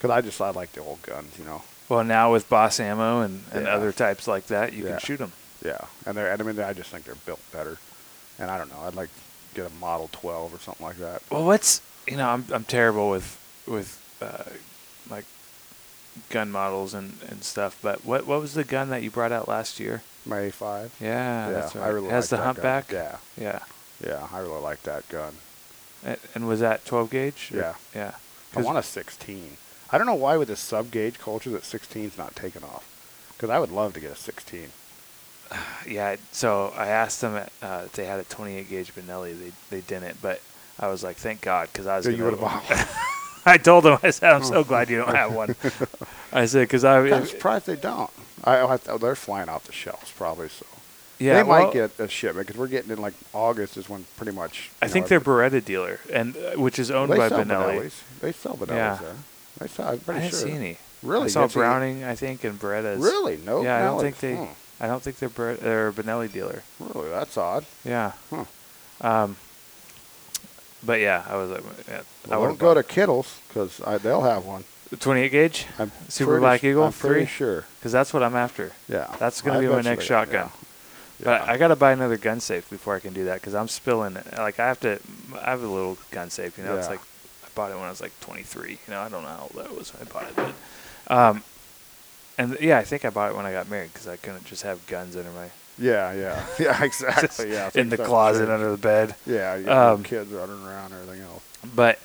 [SPEAKER 1] Cause I just I like the old guns. You know.
[SPEAKER 2] Well, now with boss ammo and, and
[SPEAKER 1] Yeah.
[SPEAKER 2] other types like that, you
[SPEAKER 1] Yeah.
[SPEAKER 2] can shoot them.
[SPEAKER 1] Yeah, and they're. and I mean, I just think they're built better. And I don't know. I'd like to get a Model 12 or something like that.
[SPEAKER 2] Well, what's you know I'm I'm terrible with with uh, like gun models and, and stuff. But what what was the gun that you brought out last year?
[SPEAKER 1] My A5.
[SPEAKER 2] Yeah, that's right.
[SPEAKER 1] I really
[SPEAKER 2] it
[SPEAKER 1] like
[SPEAKER 2] has the
[SPEAKER 1] that
[SPEAKER 2] humpback.
[SPEAKER 1] Gun. Yeah,
[SPEAKER 2] yeah.
[SPEAKER 1] yeah, I really like that gun.
[SPEAKER 2] And, and was that 12 gauge?
[SPEAKER 1] Yeah.
[SPEAKER 2] yeah.
[SPEAKER 1] I
[SPEAKER 2] 'Cause-
[SPEAKER 1] want a 16. I don't know why with this sub gauge culture that 16's not taken off. Because I would love to get a 16.
[SPEAKER 2] yeah. So I asked them uh, if they had a 28 gauge Benelli. They they didn't, but I was like, thank God, because I was.
[SPEAKER 1] So you
[SPEAKER 2] gonna-
[SPEAKER 1] would have bought one.
[SPEAKER 2] I told them. I said, I'm so glad you don't have one. I said, because I.
[SPEAKER 1] I'm surprised they don't. I, I, they're flying off the shelves probably. So
[SPEAKER 2] yeah,
[SPEAKER 1] they might
[SPEAKER 2] well-
[SPEAKER 1] get a shipment because we're getting in like August is when pretty much.
[SPEAKER 2] I
[SPEAKER 1] you know,
[SPEAKER 2] think they're Beretta dealer, and uh, which is owned
[SPEAKER 1] they
[SPEAKER 2] by
[SPEAKER 1] sell
[SPEAKER 2] Benelli.
[SPEAKER 1] Benelli's. They sell Benelli's
[SPEAKER 2] Yeah.
[SPEAKER 1] there. They sell, I'm
[SPEAKER 2] I
[SPEAKER 1] pretty
[SPEAKER 2] didn't
[SPEAKER 1] sure.
[SPEAKER 2] see any.
[SPEAKER 1] Really?
[SPEAKER 2] I
[SPEAKER 1] You
[SPEAKER 2] saw
[SPEAKER 1] didn't see any?
[SPEAKER 2] Browning, I think, and Berettas.
[SPEAKER 1] Really? No.
[SPEAKER 2] yeah, I don't
[SPEAKER 1] Benelli's.
[SPEAKER 2] think they.
[SPEAKER 1] Hmm.
[SPEAKER 2] I don't think they're Ber- they're a Benelli dealer.
[SPEAKER 1] Really, that's odd.
[SPEAKER 2] Yeah.
[SPEAKER 1] Huh.
[SPEAKER 2] Um. But yeah, I was like, yeah, I
[SPEAKER 1] I
[SPEAKER 2] would
[SPEAKER 1] won't go to Kittle's because they'll have one.
[SPEAKER 2] to 28 gauge
[SPEAKER 1] I'm
[SPEAKER 2] Super
[SPEAKER 1] pretty
[SPEAKER 2] Black
[SPEAKER 1] su-
[SPEAKER 2] Eagle
[SPEAKER 1] I'm pretty
[SPEAKER 2] three?
[SPEAKER 1] sure.
[SPEAKER 2] because that's what I'm after.
[SPEAKER 1] Yeah,
[SPEAKER 2] That's gonna
[SPEAKER 1] I
[SPEAKER 2] be my
[SPEAKER 1] bet you
[SPEAKER 2] next
[SPEAKER 1] they-
[SPEAKER 2] shotgun.
[SPEAKER 1] yeah.
[SPEAKER 2] But
[SPEAKER 1] Yeah.
[SPEAKER 2] I gotta buy another gun safe before I can do that because I'm spilling it. Like I have to. I have a little gun safe, you know. It's
[SPEAKER 1] Yeah.
[SPEAKER 2] like I bought it when I was like 23. You know, I don't know how old I was when I bought it, but um, and yeah, I think I bought it when I got married because I couldn't just have guns under my
[SPEAKER 1] yeah, yeah, yeah, exactly. Yeah,
[SPEAKER 2] in the
[SPEAKER 1] things
[SPEAKER 2] closet
[SPEAKER 1] haven't
[SPEAKER 2] under the bed.
[SPEAKER 1] changed. Yeah, you got
[SPEAKER 2] um,
[SPEAKER 1] kids running around and everything else.
[SPEAKER 2] But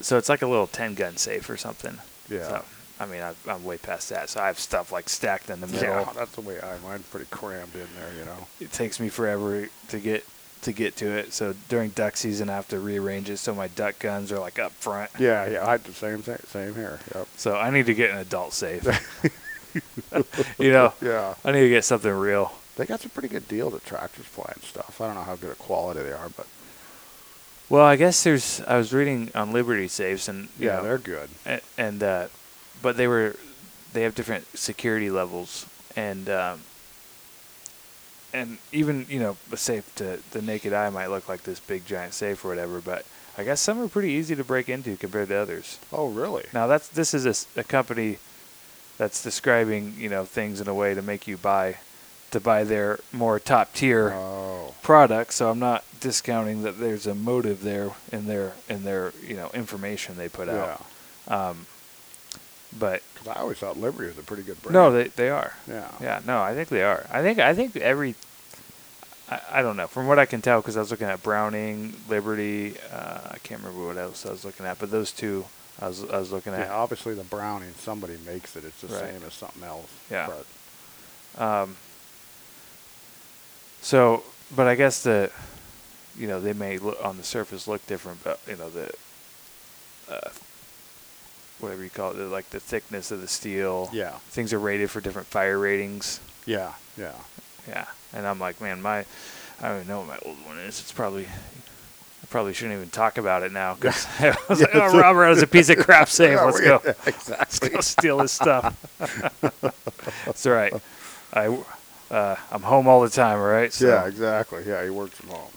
[SPEAKER 2] so it's like a little 10 gun safe or something.
[SPEAKER 1] Yeah.
[SPEAKER 2] So, I mean, I, I'm way past that. So I have stuff like stacked in the middle.
[SPEAKER 1] Yeah, that's the way I. Mine's pretty crammed in there, you know.
[SPEAKER 2] it takes me forever to get to get to it. So during duck season, I have to rearrange it so my duck guns are like up front.
[SPEAKER 1] Yeah, yeah, I had the same thing, same here. Yep.
[SPEAKER 2] So I need to get an adult safe. you know,
[SPEAKER 1] Yeah,
[SPEAKER 2] I need to get something real.
[SPEAKER 1] they got some pretty good deals at Tractor Supply and stuff. I don't know how good a quality they are, but
[SPEAKER 2] Well, I guess there's. I was reading on Liberty safes, and you
[SPEAKER 1] yeah,
[SPEAKER 2] know,
[SPEAKER 1] they're good.
[SPEAKER 2] a- and uh, but they were they have different security levels and um, and even you know a safe to the naked eye might look like this big giant safe or whatever but i guess some are pretty easy to break into compared to others
[SPEAKER 1] Oh, really?
[SPEAKER 2] now that's this is a s a a company that's describing you know things in a way to make you buy to buy their more top tier
[SPEAKER 1] Oh,
[SPEAKER 2] product, so I'm not discounting that there's a motive there in their in their you know information they put
[SPEAKER 1] yeah.
[SPEAKER 2] out. Um, but
[SPEAKER 1] Because I always thought Liberty was a pretty good brand.
[SPEAKER 2] no, they they are.
[SPEAKER 1] Yeah.
[SPEAKER 2] Yeah, no, I think they are. I think I think every. I, I don't know. From what I can tell, because I was looking at Browning, Liberty. Uh, I can't remember what else I was looking at, but those two I was I was looking at.
[SPEAKER 1] Yeah, obviously the browning, somebody makes it. It's the
[SPEAKER 2] Right.
[SPEAKER 1] same as something else.
[SPEAKER 2] Yeah.
[SPEAKER 1] But
[SPEAKER 2] Um, so, but I guess the, you know, they may look on the surface look different, but you know the, uh, whatever you call it, the, like the thickness of the steel.
[SPEAKER 1] yeah,
[SPEAKER 2] Things are rated for different fire ratings.
[SPEAKER 1] yeah, yeah.
[SPEAKER 2] Yeah, and I'm like, man, my, I don't even know what my old one is. It's probably. I probably shouldn't even talk about it now because I was like, "Oh, Robert has a piece of crap safe.
[SPEAKER 1] Yeah,
[SPEAKER 2] Let's
[SPEAKER 1] we-
[SPEAKER 2] go."
[SPEAKER 1] Exactly.
[SPEAKER 2] Let's go steal his stuff. That's all right. I, uh, I'm home all the time, all right? So,
[SPEAKER 1] Yeah, exactly. Yeah, he works from home.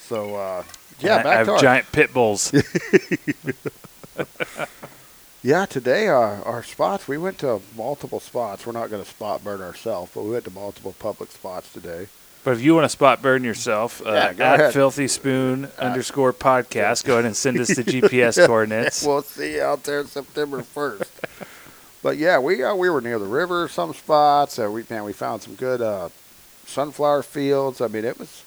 [SPEAKER 1] So uh, Yeah,
[SPEAKER 2] And I,
[SPEAKER 1] back
[SPEAKER 2] I have
[SPEAKER 1] to our-
[SPEAKER 2] giant pit bulls.
[SPEAKER 1] Yeah, today uh, our spots, we went to multiple spots. We're not going to spot burn ourselves, but we went to multiple public spots today.
[SPEAKER 2] But if you want to spot burn yourself, uh,
[SPEAKER 1] Yeah,
[SPEAKER 2] at
[SPEAKER 1] go ahead. Uh,
[SPEAKER 2] filthy spoon underscore podcast, go ahead and send us the GPS coordinates.
[SPEAKER 1] We'll see you out there September 1st. but yeah, we uh, we were near the river, some spots. Uh, we man, we found some good uh, sunflower fields. I mean, it was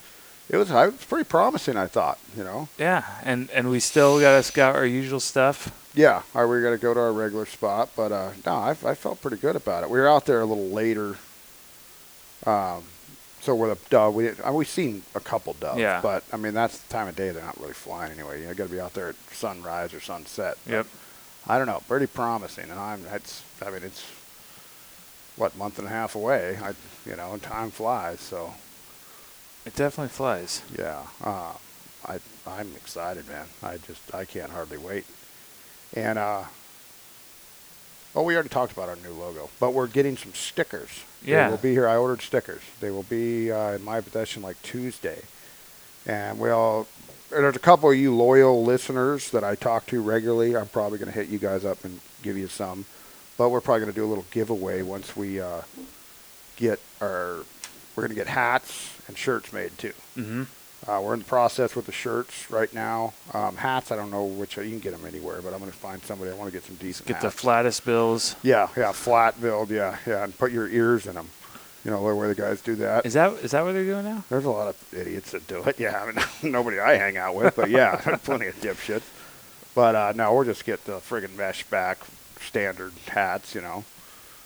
[SPEAKER 1] it was it was pretty promising, I thought, you know.
[SPEAKER 2] yeah, and and we still got to scout our usual stuff.
[SPEAKER 1] Yeah, I, we were going to go to our regular spot, but uh, no, I, I felt pretty good about it. We were out there a little later, um, so we're the uh, we didn't- uh, we seen a couple doves,
[SPEAKER 2] Yeah.
[SPEAKER 1] but I mean that's the time of day they're not really flying anyway. You know, got to be out there at sunrise or sunset.
[SPEAKER 2] Yep.
[SPEAKER 1] I don't know, pretty promising, and I'm that's I mean it's what month and a half away. I you know, and time flies, so
[SPEAKER 2] It definitely flies.
[SPEAKER 1] yeah, uh, I I'm excited, man. I just I can't hardly wait. And uh, oh, we already talked about our new logo, but we're getting some stickers.
[SPEAKER 2] Yeah.
[SPEAKER 1] they will be here. I ordered stickers. They will be uh, in my possession like Tuesday, and we'll. There's a couple of you loyal listeners that I talk to regularly. I'm probably going to hit you guys up and give you some, but we're probably going to do a little giveaway once we uh, get our. We're going to get hats and shirts made too.
[SPEAKER 2] Mm-hmm.
[SPEAKER 1] Uh, we're in the process with the shirts right now. Um, hats, I don't know which you can get them anywhere, but I'm going to find somebody. I want to get some decent.
[SPEAKER 2] Get the
[SPEAKER 1] hats.
[SPEAKER 2] flattest bills.
[SPEAKER 1] Yeah, yeah, flat build. Yeah, yeah, and put your ears in them. You know the way the guys do that.
[SPEAKER 2] Is that is that what they're doing now?
[SPEAKER 1] There's a lot of idiots that do it. Yeah, I mean, nobody I hang out with, but yeah, plenty of dipshits. But uh, no, we'll just get the friggin' mesh back standard hats, you know.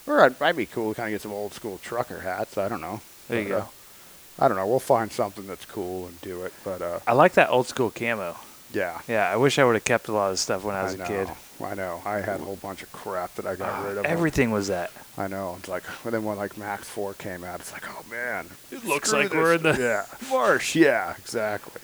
[SPEAKER 1] Or it might be cool to kind of get some old school trucker hats. I don't know.
[SPEAKER 2] There you
[SPEAKER 1] But, uh,
[SPEAKER 2] go.
[SPEAKER 1] I don't know. We'll find something that's cool and do it. But uh,
[SPEAKER 2] I like that old school camo.
[SPEAKER 1] yeah,
[SPEAKER 2] Yeah, I wish I would have kept a lot of the stuff when I was a
[SPEAKER 1] know,
[SPEAKER 2] kid. Ah,
[SPEAKER 1] I know. I had a whole bunch of crap that I got rid of.
[SPEAKER 2] Everything was that.
[SPEAKER 1] I know. It's like and then when like Max Four came out, it's like, oh man,
[SPEAKER 2] It looks
[SPEAKER 1] screw
[SPEAKER 2] like we're in
[SPEAKER 1] this.
[SPEAKER 2] the
[SPEAKER 1] yeah,
[SPEAKER 2] marsh.
[SPEAKER 1] yeah, exactly.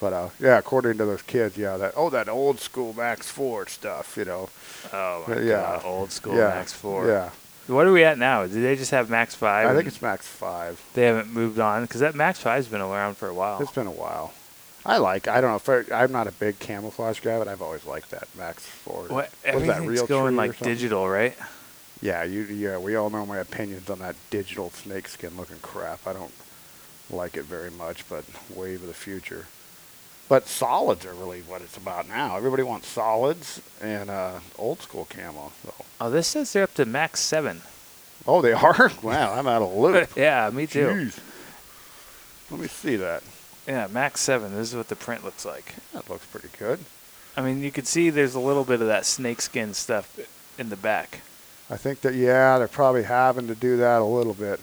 [SPEAKER 1] But uh, yeah, according to those kids, yeah, that oh that old school Max Four stuff, you know.
[SPEAKER 2] Oh my
[SPEAKER 1] Yeah.
[SPEAKER 2] god, old school
[SPEAKER 1] yeah,
[SPEAKER 2] Max Four.
[SPEAKER 1] Yeah,
[SPEAKER 2] What are we at now? Did they just have Max Five?
[SPEAKER 1] I,
[SPEAKER 2] and
[SPEAKER 1] think it's Max Five.
[SPEAKER 2] they haven't moved on because that Max Five's been around for a while.
[SPEAKER 1] It's been a while. I like. I don't know. If I, I'm not a big camouflage guy, but I've always liked that Max Four.
[SPEAKER 2] What,
[SPEAKER 1] was
[SPEAKER 2] everything's
[SPEAKER 1] that real
[SPEAKER 2] going
[SPEAKER 1] tree or
[SPEAKER 2] like
[SPEAKER 1] something?
[SPEAKER 2] digital, right?
[SPEAKER 1] Yeah, you, yeah, we all know my opinions on that digital snakeskin looking crap. I don't like it very much, but wave of the future. But solids are really what it's about now. Everybody wants solids and uh, old school camo. So.
[SPEAKER 2] Oh, this says they're up to Max Seven.
[SPEAKER 1] Oh, they are? Wow, I'm out of the loop.
[SPEAKER 2] yeah, me too.
[SPEAKER 1] Jeez. Let me see that.
[SPEAKER 2] Yeah, Max Seven. This is what the print looks like.
[SPEAKER 1] That looks pretty good.
[SPEAKER 2] I mean, you could see there's a little bit of that snakeskin stuff in the back.
[SPEAKER 1] I think that yeah, they're probably having to do that a little bit.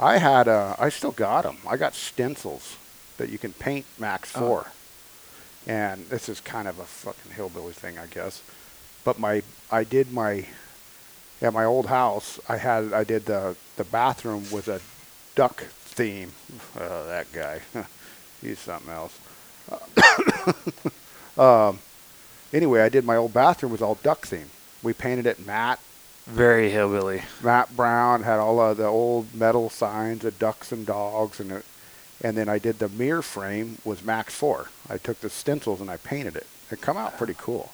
[SPEAKER 1] I had uh, I still got them. I got stencils that you can paint Max
[SPEAKER 2] Oh.
[SPEAKER 1] Four, and this is kind of a fucking hillbilly thing, I guess. But my I did my at my old house. I had I did the the bathroom with a duck theme. Oh, that guy, he's something else. um, anyway, I did my old bathroom was all duck theme. We painted it matte
[SPEAKER 2] Very hillbilly.
[SPEAKER 1] Matt Brown had all of the old metal signs of ducks and dogs, and it- and then I did the mirror frame was Max Four. I took the stencils and I painted it. It come out pretty cool.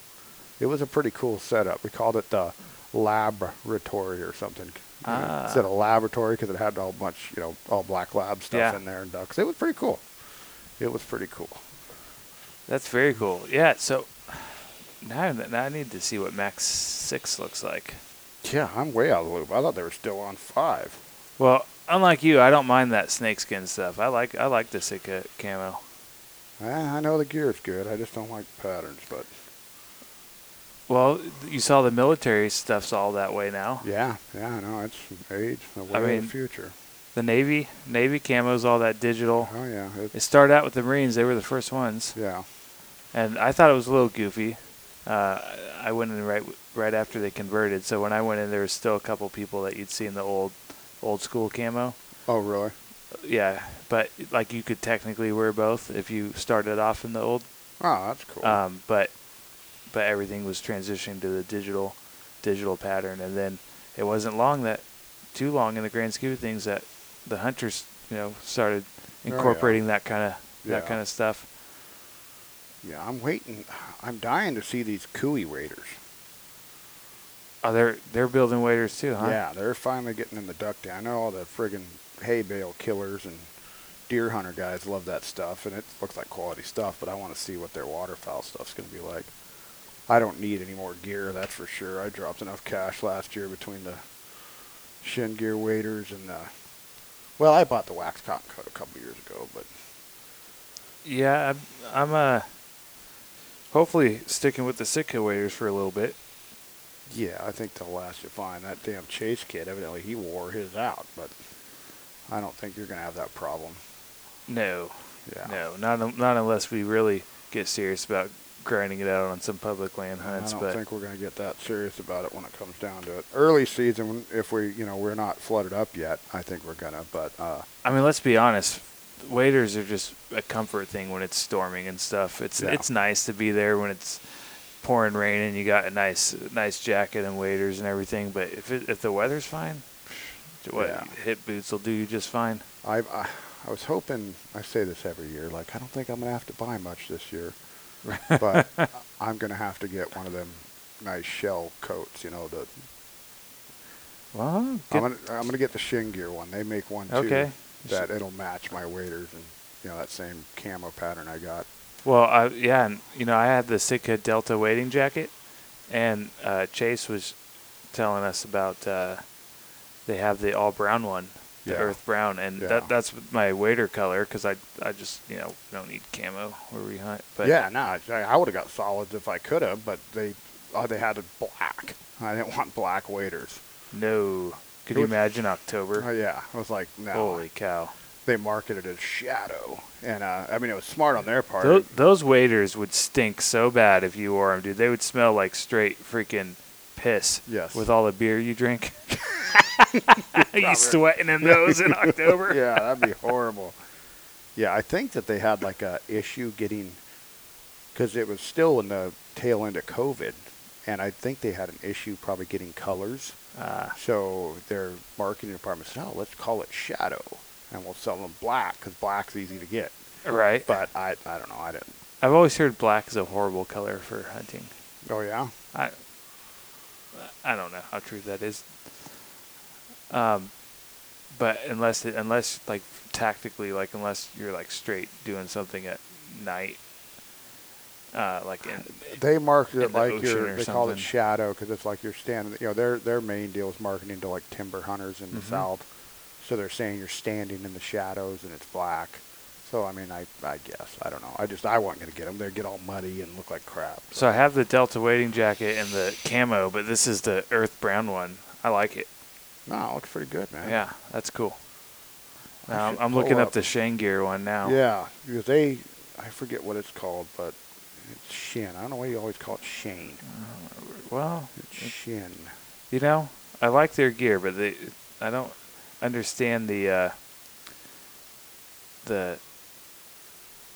[SPEAKER 1] It was a pretty cool setup. We called it the laboratory or something.
[SPEAKER 2] Ah.
[SPEAKER 1] Instead of laboratory because it had all bunch, you know, all black lab stuff
[SPEAKER 2] Yeah.
[SPEAKER 1] in there and ducks. It was pretty cool. It was pretty cool.
[SPEAKER 2] That's very cool. Yeah. So now, now I need to see what Max Six looks like.
[SPEAKER 1] Yeah, I'm way out of the loop. I thought they were still on five.
[SPEAKER 2] Well, unlike you, I don't mind that snakeskin stuff. I like I like the Sika camo.
[SPEAKER 1] I, Eh, I know the gear's good. I just don't like patterns, but
[SPEAKER 2] Well, you saw the military stuff's all that way now.
[SPEAKER 1] Yeah, yeah, no, it's age, the way of
[SPEAKER 2] mean-
[SPEAKER 1] the future.
[SPEAKER 2] The Navy, Navy camo's all that digital.
[SPEAKER 1] Oh yeah, it,
[SPEAKER 2] It started out with the Marines; they were the first ones,
[SPEAKER 1] yeah,
[SPEAKER 2] and I thought it was a little goofy. Uh, I went in right right after they converted, so when I went in, there was still a couple people that you'd see in the old old school camo.
[SPEAKER 1] Oh really?
[SPEAKER 2] Yeah, but like you could technically wear both if you started off in the old
[SPEAKER 1] Oh, that's cool.
[SPEAKER 2] um, but but everything was transitioning to the digital digital pattern, and then it wasn't long that too long in the grand scheme of things that the hunters you know started
[SPEAKER 1] Oh, yeah.
[SPEAKER 2] incorporating that kind of
[SPEAKER 1] Yeah.
[SPEAKER 2] that kind of stuff.
[SPEAKER 1] Yeah, I'm waiting. I'm dying to see these cooey waders.
[SPEAKER 2] Oh, they're they're building waders too, huh?
[SPEAKER 1] Yeah, they're finally getting in the duck down. I know all the friggin' hay bale killers and deer hunter guys love that stuff, and it looks like quality stuff. But I want to see what their waterfowl stuff's going to be like. I don't need any more gear, that's for sure. I dropped enough cash last year between the shin gear waders and the. Well, I bought the wax cotton coat a couple years ago, but
[SPEAKER 2] Yeah, I'm, I'm uh hopefully sticking with the Sitka waders for a little bit.
[SPEAKER 1] Yeah, I think they'll last you fine. That damn Chase kid, evidently he wore his out, but I don't think you're gonna have that problem.
[SPEAKER 2] No,
[SPEAKER 1] Yeah.
[SPEAKER 2] no, not un- not unless we really get serious about grinding it out on some public land
[SPEAKER 1] I
[SPEAKER 2] hunts.
[SPEAKER 1] don't
[SPEAKER 2] But
[SPEAKER 1] think we're gonna get that serious about it when it comes down to it. Early season, if we, you know, we're not flooded up yet, I think we're gonna. But uh,
[SPEAKER 2] I mean, let's be honest. Waders are just a comfort thing when it's storming and stuff. It's
[SPEAKER 1] Yeah.
[SPEAKER 2] it's nice to be there when it's pouring rain and you got a nice nice jacket and waders and everything. But if it, if the weather's fine, psh, what
[SPEAKER 1] Yeah.
[SPEAKER 2] hip boots will do you just fine.
[SPEAKER 1] I, I, I was hoping. I say this every year. Like I don't think I'm gonna have to buy much this year, but I'm gonna have to get one of them nice shell coats. You know, the
[SPEAKER 2] Well,
[SPEAKER 1] I'm
[SPEAKER 2] get-
[SPEAKER 1] gonna, I'm gonna get the shin gear one. They make one too.
[SPEAKER 2] Okay.
[SPEAKER 1] That it'll match my waders and you know that same camo pattern I got.
[SPEAKER 2] Well, I, yeah, and you know, I had the Sitka Delta wading jacket, and uh, Chase was telling us about uh, they have the all brown one, the
[SPEAKER 1] Yeah.
[SPEAKER 2] earth brown, and
[SPEAKER 1] Yeah.
[SPEAKER 2] that that's my wader color because I I just you know don't need camo where we hunt. But
[SPEAKER 1] yeah, no, I- I would have got solids if I could have, but they oh, they had a black. I didn't want black waders.
[SPEAKER 2] no, could
[SPEAKER 1] It
[SPEAKER 2] you
[SPEAKER 1] was-
[SPEAKER 2] imagine October?
[SPEAKER 1] Oh yeah, I was like, no.
[SPEAKER 2] Holy cow!
[SPEAKER 1] They marketed it as shadow, and uh, I mean it was smart on their part.
[SPEAKER 2] Those, those waders would stink so bad if you wore them, dude. They would smell like straight freaking piss.
[SPEAKER 1] Yes.
[SPEAKER 2] With all the beer you drink. Are you sweating in those in October?
[SPEAKER 1] yeah, that'd be horrible. Yeah, I think that they had like a issue getting because it was still in the tail end of COVID, and I think they had an issue probably getting colors.
[SPEAKER 2] Ah.
[SPEAKER 1] So their marketing department said, "Oh, let's call it Shadow, and we'll sell them black because black's easy to get."
[SPEAKER 2] Right.
[SPEAKER 1] But I, I don't know. I didn't.
[SPEAKER 2] I've always heard black is a horrible color for hunting.
[SPEAKER 1] Oh yeah,
[SPEAKER 2] I I don't know how true that is. Um, but unless it, unless like tactically, like unless you're like straight doing something at night, uh, like in,
[SPEAKER 1] they marketed
[SPEAKER 2] In
[SPEAKER 1] it
[SPEAKER 2] the
[SPEAKER 1] like
[SPEAKER 2] ocean
[SPEAKER 1] you're.
[SPEAKER 2] or
[SPEAKER 1] They called it
[SPEAKER 2] something.
[SPEAKER 1] Shadow because it's like you're standing. You know, their their main deal is marketing to like timber hunters in the
[SPEAKER 2] Mhm.
[SPEAKER 1] south. So they're saying you're standing in the shadows and it's black. So I mean, I I guess I don't know. I just I wasn't gonna get them. They get all muddy and look like crap.
[SPEAKER 2] so I have the Delta wading jacket and the camo, but this is the earth brown one. I like it.
[SPEAKER 1] No, it looks pretty good, man.
[SPEAKER 2] Yeah, that's cool.
[SPEAKER 1] I
[SPEAKER 2] Um,
[SPEAKER 1] should
[SPEAKER 2] I'm
[SPEAKER 1] pull
[SPEAKER 2] looking up
[SPEAKER 1] up.
[SPEAKER 2] the Shane gear one now.
[SPEAKER 1] Yeah, because they, I forget what it's called, but it's shin. I don't know why you always call it Shane.
[SPEAKER 2] Well,
[SPEAKER 1] It's shin.
[SPEAKER 2] You know, I like their gear, but they, I don't understand the uh, the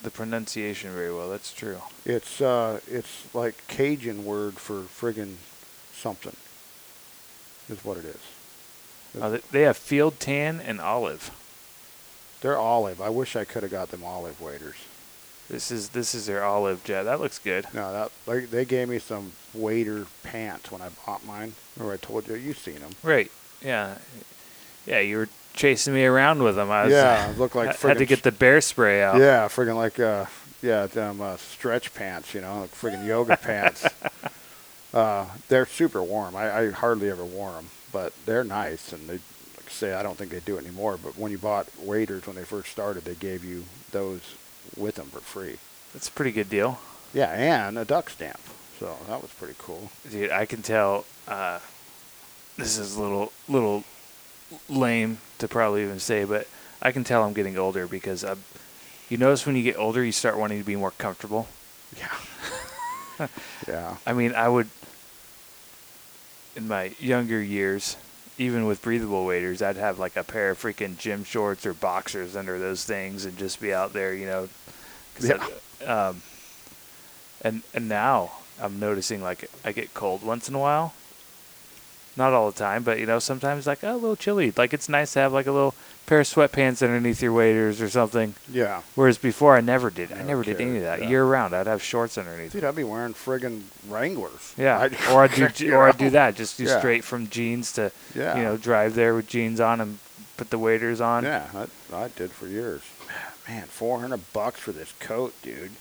[SPEAKER 2] the pronunciation very well. That's true.
[SPEAKER 1] It's uh, it's like Cajun word for friggin' something. Is what it is.
[SPEAKER 2] Uh, th- they have field tan and olive.
[SPEAKER 1] They're olive. I wish I could have got them olive waiters.
[SPEAKER 2] This is this is their olive jet. That looks good.
[SPEAKER 1] No, that like, they gave me some waiter pants when I bought mine. Remember I told you you seen them.
[SPEAKER 2] Right. Yeah. Yeah. You were chasing me around with them. I was,
[SPEAKER 1] Yeah, it looked like
[SPEAKER 2] I had to
[SPEAKER 1] friggin'
[SPEAKER 2] get the bear spray out.
[SPEAKER 1] Yeah, friggin' like uh, yeah, them uh, stretch pants, you know, like friggin' yoga pants. Uh, they're super warm. I, I hardly ever wore them, but they're nice. And they, like I say, I don't think they do it anymore. But when you bought waiters when they first started, they gave you those with them for free.
[SPEAKER 2] That's a pretty good deal.
[SPEAKER 1] Yeah, and a duck stamp. So that was pretty cool.
[SPEAKER 2] dude i can tell uh, this is a little little lame to probably even say but i can tell i'm getting older because i you notice when you get older you start wanting to be more comfortable
[SPEAKER 1] Yeah. yeah.
[SPEAKER 2] i mean i would in my younger years even with breathable waders i'd have like a pair of freaking gym shorts or boxers under those things and just be out there you know 'cause
[SPEAKER 1] Yeah.
[SPEAKER 2] I- um, and and now i'm noticing like i get cold once in a while not all the time, but you know, sometimes like oh, a little chilly. Like it's nice to have like a little pair of sweatpants underneath your waders or something.
[SPEAKER 1] Yeah.
[SPEAKER 2] Whereas before I never did. I
[SPEAKER 1] Never
[SPEAKER 2] never did
[SPEAKER 1] cared,
[SPEAKER 2] any of that
[SPEAKER 1] yeah.
[SPEAKER 2] year round. I'd have shorts underneath.
[SPEAKER 1] Dude, I'd be wearing friggin' Wranglers.
[SPEAKER 2] Yeah,
[SPEAKER 1] I'd-
[SPEAKER 2] or I do j-
[SPEAKER 1] you
[SPEAKER 2] or I
[SPEAKER 1] know?
[SPEAKER 2] do that. Just do
[SPEAKER 1] Yeah.
[SPEAKER 2] straight from jeans to
[SPEAKER 1] Yeah.
[SPEAKER 2] you know drive there with jeans on and put the waders on.
[SPEAKER 1] Yeah, I, I did for years. Man, 400 bucks for this coat, dude.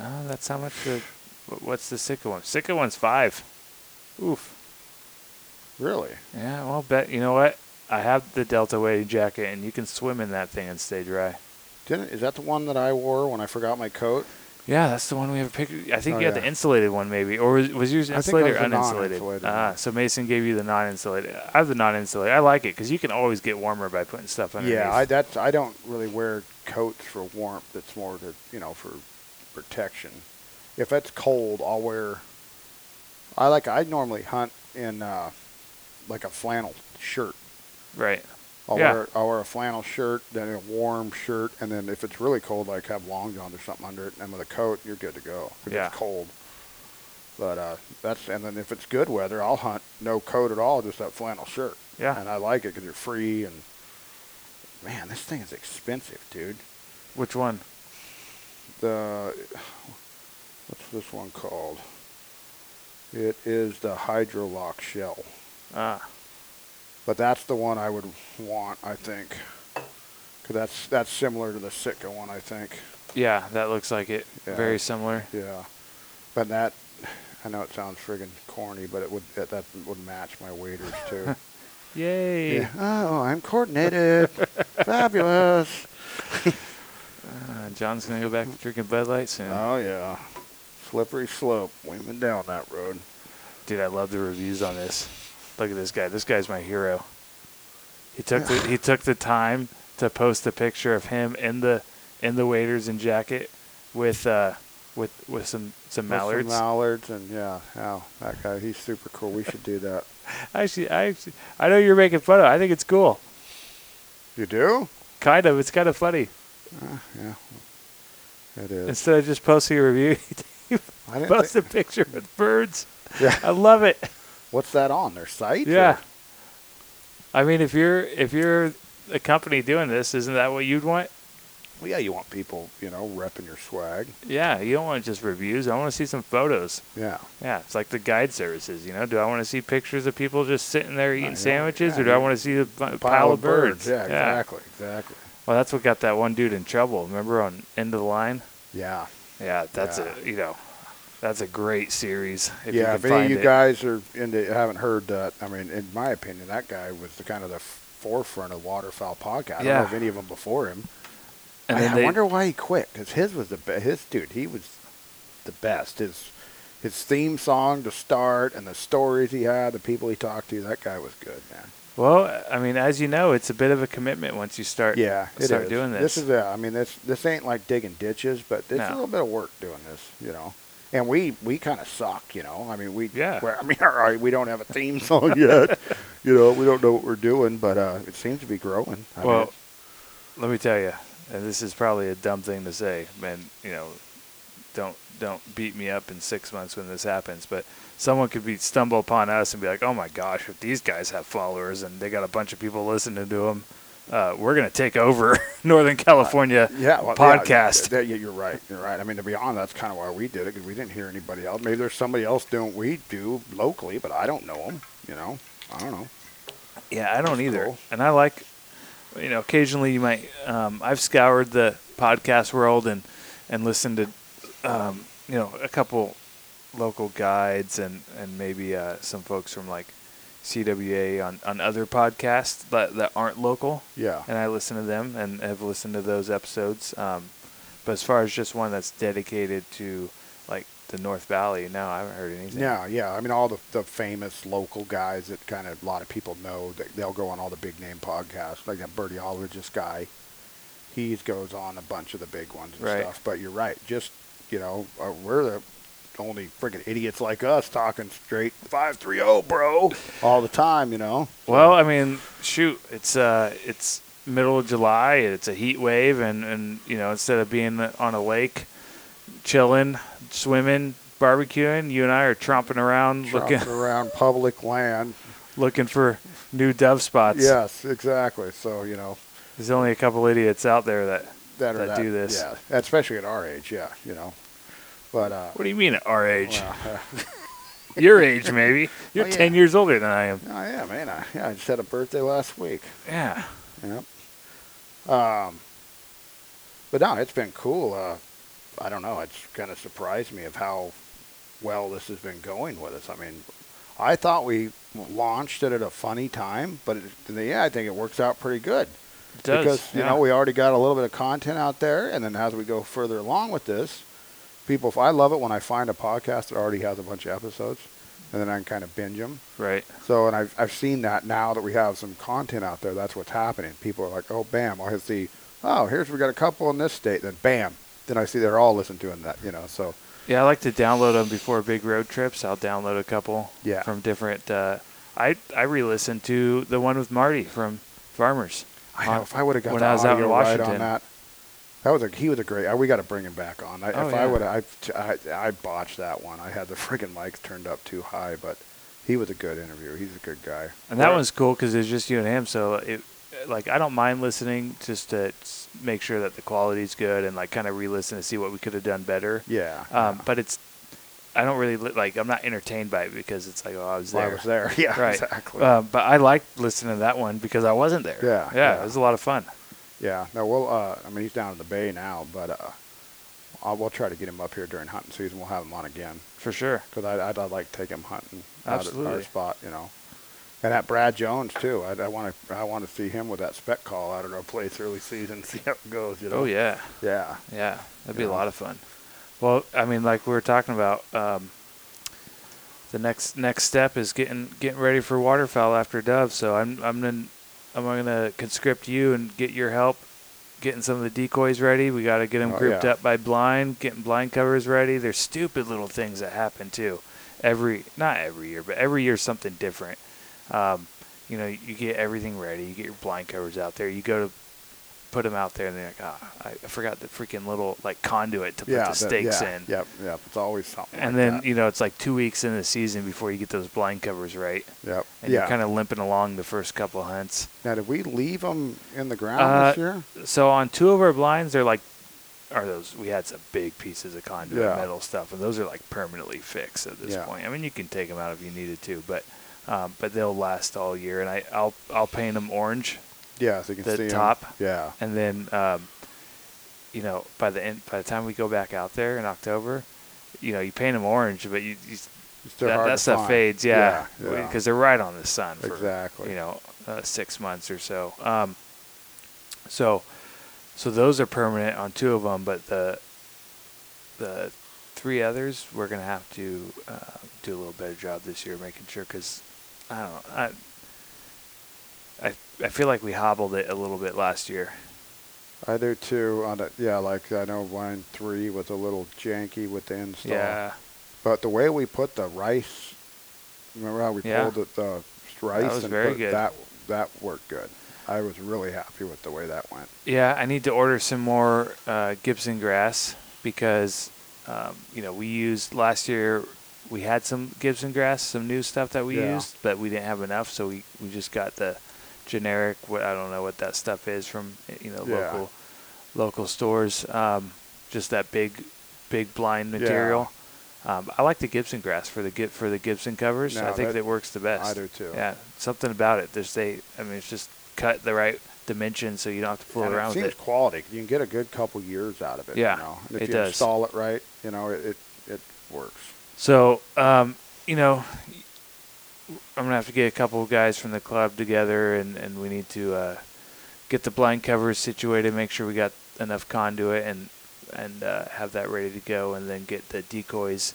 [SPEAKER 2] Oh, that's how much the wh- what's the Sika one? Sika one's five. Oof.
[SPEAKER 1] Really?
[SPEAKER 2] Yeah, well, bet you know what? I have the Delta wading jacket, and you can swim in that thing and stay dry.
[SPEAKER 1] Didn't is that the one that I wore when I forgot my coat?
[SPEAKER 2] Yeah, that's the one we have a picture. I think
[SPEAKER 1] Oh,
[SPEAKER 2] you had the
[SPEAKER 1] yeah.
[SPEAKER 2] insulated one, maybe, or was, was yours
[SPEAKER 1] I think
[SPEAKER 2] insulated
[SPEAKER 1] I was
[SPEAKER 2] or
[SPEAKER 1] the
[SPEAKER 2] uninsulated?
[SPEAKER 1] non-insulated
[SPEAKER 2] Ah,
[SPEAKER 1] one.
[SPEAKER 2] so Mason gave you the non-insulated. I have the non-insulated. I like it because you can always get warmer by putting stuff underneath.
[SPEAKER 1] Yeah, I that's I don't really wear coats for warmth. It's more to you know for protection. If it's cold, I'll wear. I like I normally hunt in uh, like a flannel shirt.
[SPEAKER 2] right.
[SPEAKER 1] I'll
[SPEAKER 2] Yeah.
[SPEAKER 1] wear I'll wear a flannel shirt, then a warm shirt, and then if it's really cold, like have long johns or something under it, and with a coat, you're good to go. If
[SPEAKER 2] Yeah.
[SPEAKER 1] it's cold. But uh, that's and then if it's good weather, I'll hunt no coat at all, just that flannel shirt.
[SPEAKER 2] Yeah.
[SPEAKER 1] And I like it because you're free and man, this thing is expensive, dude.
[SPEAKER 2] Which one?
[SPEAKER 1] The what's this one called? It is the Hydrolock shell.
[SPEAKER 2] Ah,
[SPEAKER 1] But that's the one I would want, I think. 'Cause that's that's similar to the Sitka one, I think.
[SPEAKER 2] yeah, that looks like it.
[SPEAKER 1] Yeah.
[SPEAKER 2] Very similar.
[SPEAKER 1] Yeah, but that I know it sounds friggin' corny, but it would it, that would match my waders too.
[SPEAKER 2] Yay!
[SPEAKER 1] yeah. Oh, I'm coordinated. Fabulous.
[SPEAKER 2] Uh, John's gonna go back to drinking Bud Light soon.
[SPEAKER 1] Oh yeah, slippery slope. We've been down that road.
[SPEAKER 2] Dude, I love the reviews on this. Look at this guy. This guy's my hero. He took the he took the time to post a picture of him in the in the waders and jacket with uh with with some
[SPEAKER 1] There's some
[SPEAKER 2] some mallards.
[SPEAKER 1] mallards, and yeah, oh, that guy, he's super cool. We should do that.
[SPEAKER 2] I actually, I actually, I know you're making fun of. it. I think it's cool.
[SPEAKER 1] You do?
[SPEAKER 2] Kind of. It's kind of funny.
[SPEAKER 1] Yeah. It is.
[SPEAKER 2] Instead of just posting a review, he
[SPEAKER 1] I didn't
[SPEAKER 2] posts
[SPEAKER 1] thi-
[SPEAKER 2] a picture with birds.
[SPEAKER 1] Yeah.
[SPEAKER 2] I love it.
[SPEAKER 1] What's that on their site?
[SPEAKER 2] Yeah.
[SPEAKER 1] or-
[SPEAKER 2] I mean, if you're if you're a company doing this, isn't that what you'd want?
[SPEAKER 1] Well, yeah, you want people, you know, repping your swag.
[SPEAKER 2] Yeah, you don't want just reviews. I want to see some photos.
[SPEAKER 1] Yeah.
[SPEAKER 2] Yeah, it's like the guide services, you know. Do I want to see pictures of people just sitting there eating
[SPEAKER 1] yeah,
[SPEAKER 2] sandwiches,
[SPEAKER 1] yeah,
[SPEAKER 2] or do I
[SPEAKER 1] you-
[SPEAKER 2] want to see a bu- pile of birds?
[SPEAKER 1] Yeah, exactly, exactly.
[SPEAKER 2] Well, that's what got that one dude in trouble. Remember on End of the Line?
[SPEAKER 1] Yeah.
[SPEAKER 2] Yeah, that's
[SPEAKER 1] Yeah.
[SPEAKER 2] a you know, that's a great series. If
[SPEAKER 1] yeah,
[SPEAKER 2] you
[SPEAKER 1] if
[SPEAKER 2] can
[SPEAKER 1] any of
[SPEAKER 2] find
[SPEAKER 1] you
[SPEAKER 2] it.
[SPEAKER 1] guys are into haven't heard that, I mean, in my opinion, that guy was the kind of the forefront of waterfowl podcast. I don't
[SPEAKER 2] Yeah.
[SPEAKER 1] know if any of them before him.
[SPEAKER 2] and
[SPEAKER 1] I,
[SPEAKER 2] then
[SPEAKER 1] I
[SPEAKER 2] they,
[SPEAKER 1] wonder why he quit because his was the be- his dude. He was the best. His his theme song to start and the stories he had, the people he talked to. That guy was good, man.
[SPEAKER 2] well, I mean, as you know, it's a bit of a commitment once you start.
[SPEAKER 1] Yeah, it
[SPEAKER 2] start
[SPEAKER 1] is.
[SPEAKER 2] doing this.
[SPEAKER 1] is, uh, I mean, this this ain't like digging ditches, but it's
[SPEAKER 2] No.
[SPEAKER 1] a little bit of work doing this, you know. And we we kind of suck, you know. I mean, we
[SPEAKER 2] Yeah.
[SPEAKER 1] well, I mean, all right, we don't have a theme song yet, you know. We don't know what we're doing, but uh, it seems to be growing. I mean,
[SPEAKER 2] well, let me tell you, and this is probably a dumb thing to say, man. You know, don't don't beat me up in six months when this happens. But someone could be stumble upon us and be like, "Oh my gosh, if these guys have followers and they got a bunch of people listening to them, uh, we're gonna take over Northern California
[SPEAKER 1] Uh, yeah, well, yeah,
[SPEAKER 2] podcast."
[SPEAKER 1] that- yeah, you're right. You're right. I mean, to be honest, that's kind of why we did it because we didn't hear anybody else. Maybe there's somebody else doing what we do locally, but I don't know them. You know, I don't know.
[SPEAKER 2] Yeah, I don't either.
[SPEAKER 1] cool.
[SPEAKER 2] And I like, you know, occasionally you might. Um, I've scoured the podcast world and and listened to, um, you know, a couple local guides and and maybe uh, some folks from like CWA on on other podcasts that that aren't local.
[SPEAKER 1] Yeah,
[SPEAKER 2] And I listen to them and have listened to those episodes. Um, but as far as just one that's dedicated to like the North Valley, no, I haven't heard anything.
[SPEAKER 1] Yeah, yeah. I mean, all the, the famous local guys that kind of a lot of people know that they'll go on all the big name podcasts, like that birdiologist guy. He goes on a bunch of the big ones and
[SPEAKER 2] Right.
[SPEAKER 1] stuff. But you're right. Just you know, uh, we're the only friggin' idiots like us talking straight five three zero, bro, all the time. You know.
[SPEAKER 2] Well, I mean, shoot, it's uh, it's middle of July. It's a heat wave, and and you know, instead of being on a lake, chilling, swimming, barbecuing, you and I are tromping around,
[SPEAKER 1] Tromping
[SPEAKER 2] looking,
[SPEAKER 1] around public land,
[SPEAKER 2] looking for new dove spots.
[SPEAKER 1] Yes, exactly. So you know
[SPEAKER 2] There's only a couple idiots out there that.
[SPEAKER 1] that or
[SPEAKER 2] That
[SPEAKER 1] that,
[SPEAKER 2] do this.
[SPEAKER 1] Yeah, especially at our age. Yeah, you know. But uh,
[SPEAKER 2] What do you mean at our age?
[SPEAKER 1] well, uh,
[SPEAKER 2] Your age, maybe. You're
[SPEAKER 1] Oh, yeah.
[SPEAKER 2] 10 years older than I am.
[SPEAKER 1] I am, ain't I? Oh, Yeah, I just had a birthday last week.
[SPEAKER 2] Yeah.
[SPEAKER 1] Yep. Um, but no, it's been cool. Uh, I don't know. It's kind of surprised me of how well this has been going with us. I mean, I thought we launched it at a funny time, but it, yeah, I think it works out pretty good
[SPEAKER 2] It does.
[SPEAKER 1] because you
[SPEAKER 2] yeah.
[SPEAKER 1] know we already got a little bit of content out there, and then as we go further along with this, people, if I love it when I find a podcast that already has a bunch of episodes, and then I can kind of binge them.
[SPEAKER 2] Right.
[SPEAKER 1] So, and I've, I've seen that now that we have some content out there, that's what's happening. People are like, oh, bam, I see, oh, here's, we got a couple in this state, then bam. Then I see they're all listening to it, that, you know, so,
[SPEAKER 2] Yeah, I like to download them before big road trips. I'll download a couple
[SPEAKER 1] Yeah.
[SPEAKER 2] from different. Uh, I I re-listened to the one with Marty from Farmers. Uh,
[SPEAKER 1] I
[SPEAKER 2] Huh.
[SPEAKER 1] know, if I would have got
[SPEAKER 2] When
[SPEAKER 1] the
[SPEAKER 2] I was out in
[SPEAKER 1] audio right on
[SPEAKER 2] Washington.
[SPEAKER 1] that, that was a, he was a great, I, we got to bring him back on. I,
[SPEAKER 2] Oh,
[SPEAKER 1] if
[SPEAKER 2] yeah.
[SPEAKER 1] I would have, I, I, I botched that one. I had the friggin' mic turned up too high, but he was a good interviewer. He's a good guy.
[SPEAKER 2] And that
[SPEAKER 1] Or-
[SPEAKER 2] one's cool because it's just you and him. So it, like, I don't mind listening just to s- make sure that the quality's good and like kind of re-listen to see what we could have done better.
[SPEAKER 1] Yeah.
[SPEAKER 2] Um, But it's, I don't really li- like. I'm not entertained by it because it's like, oh, I was
[SPEAKER 1] Well,
[SPEAKER 2] there.
[SPEAKER 1] I was there. Yeah,
[SPEAKER 2] Right.
[SPEAKER 1] exactly.
[SPEAKER 2] Uh, but I liked listening to that one because I wasn't there.
[SPEAKER 1] Yeah,
[SPEAKER 2] Yeah.
[SPEAKER 1] yeah.
[SPEAKER 2] It was a lot of fun.
[SPEAKER 1] Yeah. No, we'll. Uh, I mean, he's down in the bay now, but uh, I'll, we'll try to get him up here during hunting season. We'll have him on again
[SPEAKER 2] For sure.
[SPEAKER 1] because I'd, I'd, I'd like to take him hunting out at our
[SPEAKER 2] Absolutely.
[SPEAKER 1] spot, you know. And that Brad Jones too. I want to. I want to see him with that spec call out at our place early season. See how it goes. You know.
[SPEAKER 2] Oh yeah.
[SPEAKER 1] Yeah.
[SPEAKER 2] Yeah, that'd be
[SPEAKER 1] Yeah.
[SPEAKER 2] a lot of fun. Well, I mean, like we were talking about, um, the next next step is getting getting ready for waterfowl after dove. So I'm I'm gonna I'm gonna conscript you and get your help getting some of the decoys ready. We got to get them
[SPEAKER 1] Oh,
[SPEAKER 2] grouped
[SPEAKER 1] yeah.
[SPEAKER 2] up by blind, getting blind covers ready. There's stupid little things that happen too. Every not every year, but every year something different. Um, you know, you get everything ready. You get your blind covers out there. You go to put them out there, and they're like, ah, I I forgot the freaking little like conduit to put
[SPEAKER 1] yeah.
[SPEAKER 2] the
[SPEAKER 1] that-
[SPEAKER 2] stakes
[SPEAKER 1] yeah,
[SPEAKER 2] in.
[SPEAKER 1] Yep. Yep. It's always something.
[SPEAKER 2] And
[SPEAKER 1] like
[SPEAKER 2] then
[SPEAKER 1] that.
[SPEAKER 2] you know it's like two weeks into the season before you get those blind covers right,
[SPEAKER 1] Yep.
[SPEAKER 2] and
[SPEAKER 1] yeah.
[SPEAKER 2] you're kind of limping along the first couple hunts.
[SPEAKER 1] now, did we leave him in the ground
[SPEAKER 2] Uh,
[SPEAKER 1] this year?
[SPEAKER 2] So on two of our blinds, they're like, are those? We had some big pieces of conduit
[SPEAKER 1] Yeah.
[SPEAKER 2] metal stuff, and those are like permanently fixed at this
[SPEAKER 1] Yeah.
[SPEAKER 2] point. I mean, you can take them out if you needed to, but um, but they'll last all year. And I I'll I'll paint them orange,
[SPEAKER 1] Yeah. So you can
[SPEAKER 2] the
[SPEAKER 1] see him.
[SPEAKER 2] top.
[SPEAKER 1] Yeah.
[SPEAKER 2] and then um, you know by the end by the time we go back out there in October, you know you paint them orange, but you, you
[SPEAKER 1] It's still
[SPEAKER 2] that,
[SPEAKER 1] hard
[SPEAKER 2] that
[SPEAKER 1] to
[SPEAKER 2] stuff
[SPEAKER 1] find.
[SPEAKER 2] fades, yeah,
[SPEAKER 1] Yeah.
[SPEAKER 2] because
[SPEAKER 1] yeah.
[SPEAKER 2] they're right on the sun for
[SPEAKER 1] Exactly.
[SPEAKER 2] you know uh, six months or so. Um, so so those are permanent on two of them, but the the three others we're gonna have to uh, do a little better job this year, making sure because I don't know I. I, I feel like we hobbled it a little bit last year.
[SPEAKER 1] I do too. On it, yeah, like I know line three was a little janky with the install.
[SPEAKER 2] Yeah,
[SPEAKER 1] But the way we put the rice, remember how we
[SPEAKER 2] Yeah.
[SPEAKER 1] pulled the, the rice
[SPEAKER 2] was
[SPEAKER 1] and
[SPEAKER 2] very
[SPEAKER 1] put
[SPEAKER 2] good.
[SPEAKER 1] that that worked good. I was really happy with the way that went.
[SPEAKER 2] yeah. I need to order some more uh, Gibson grass because um, you know we used last year. We had some Gibson grass, some new stuff that we
[SPEAKER 1] Yeah.
[SPEAKER 2] used, but we didn't have enough, so we, we just got the generic. What I don't know what that stuff is from eh, you know
[SPEAKER 1] Yeah.
[SPEAKER 2] local local stores. Um, just that big big blind
[SPEAKER 1] Yeah.
[SPEAKER 2] material. Um, I like the Gibson grass for the gi- for the Gibson covers.
[SPEAKER 1] No,
[SPEAKER 2] I think
[SPEAKER 1] that-
[SPEAKER 2] that, works the best.
[SPEAKER 1] do too.
[SPEAKER 2] Yeah, something about it. There's they. I mean, it's just cut the right dimension so you don't have to fool
[SPEAKER 1] And
[SPEAKER 2] around
[SPEAKER 1] it seems
[SPEAKER 2] with it.
[SPEAKER 1] quality. You can get a good couple years out of it.
[SPEAKER 2] Yeah,
[SPEAKER 1] you know? and if
[SPEAKER 2] it
[SPEAKER 1] you
[SPEAKER 2] does.
[SPEAKER 1] install it right, you know it it, it works.
[SPEAKER 2] So, um, you know, I'm gonna have to get a couple of guys from the club together, and and we need to uh, get the blind covers situated, make sure we got enough conduit, and and uh, have that ready to go, and then get the decoys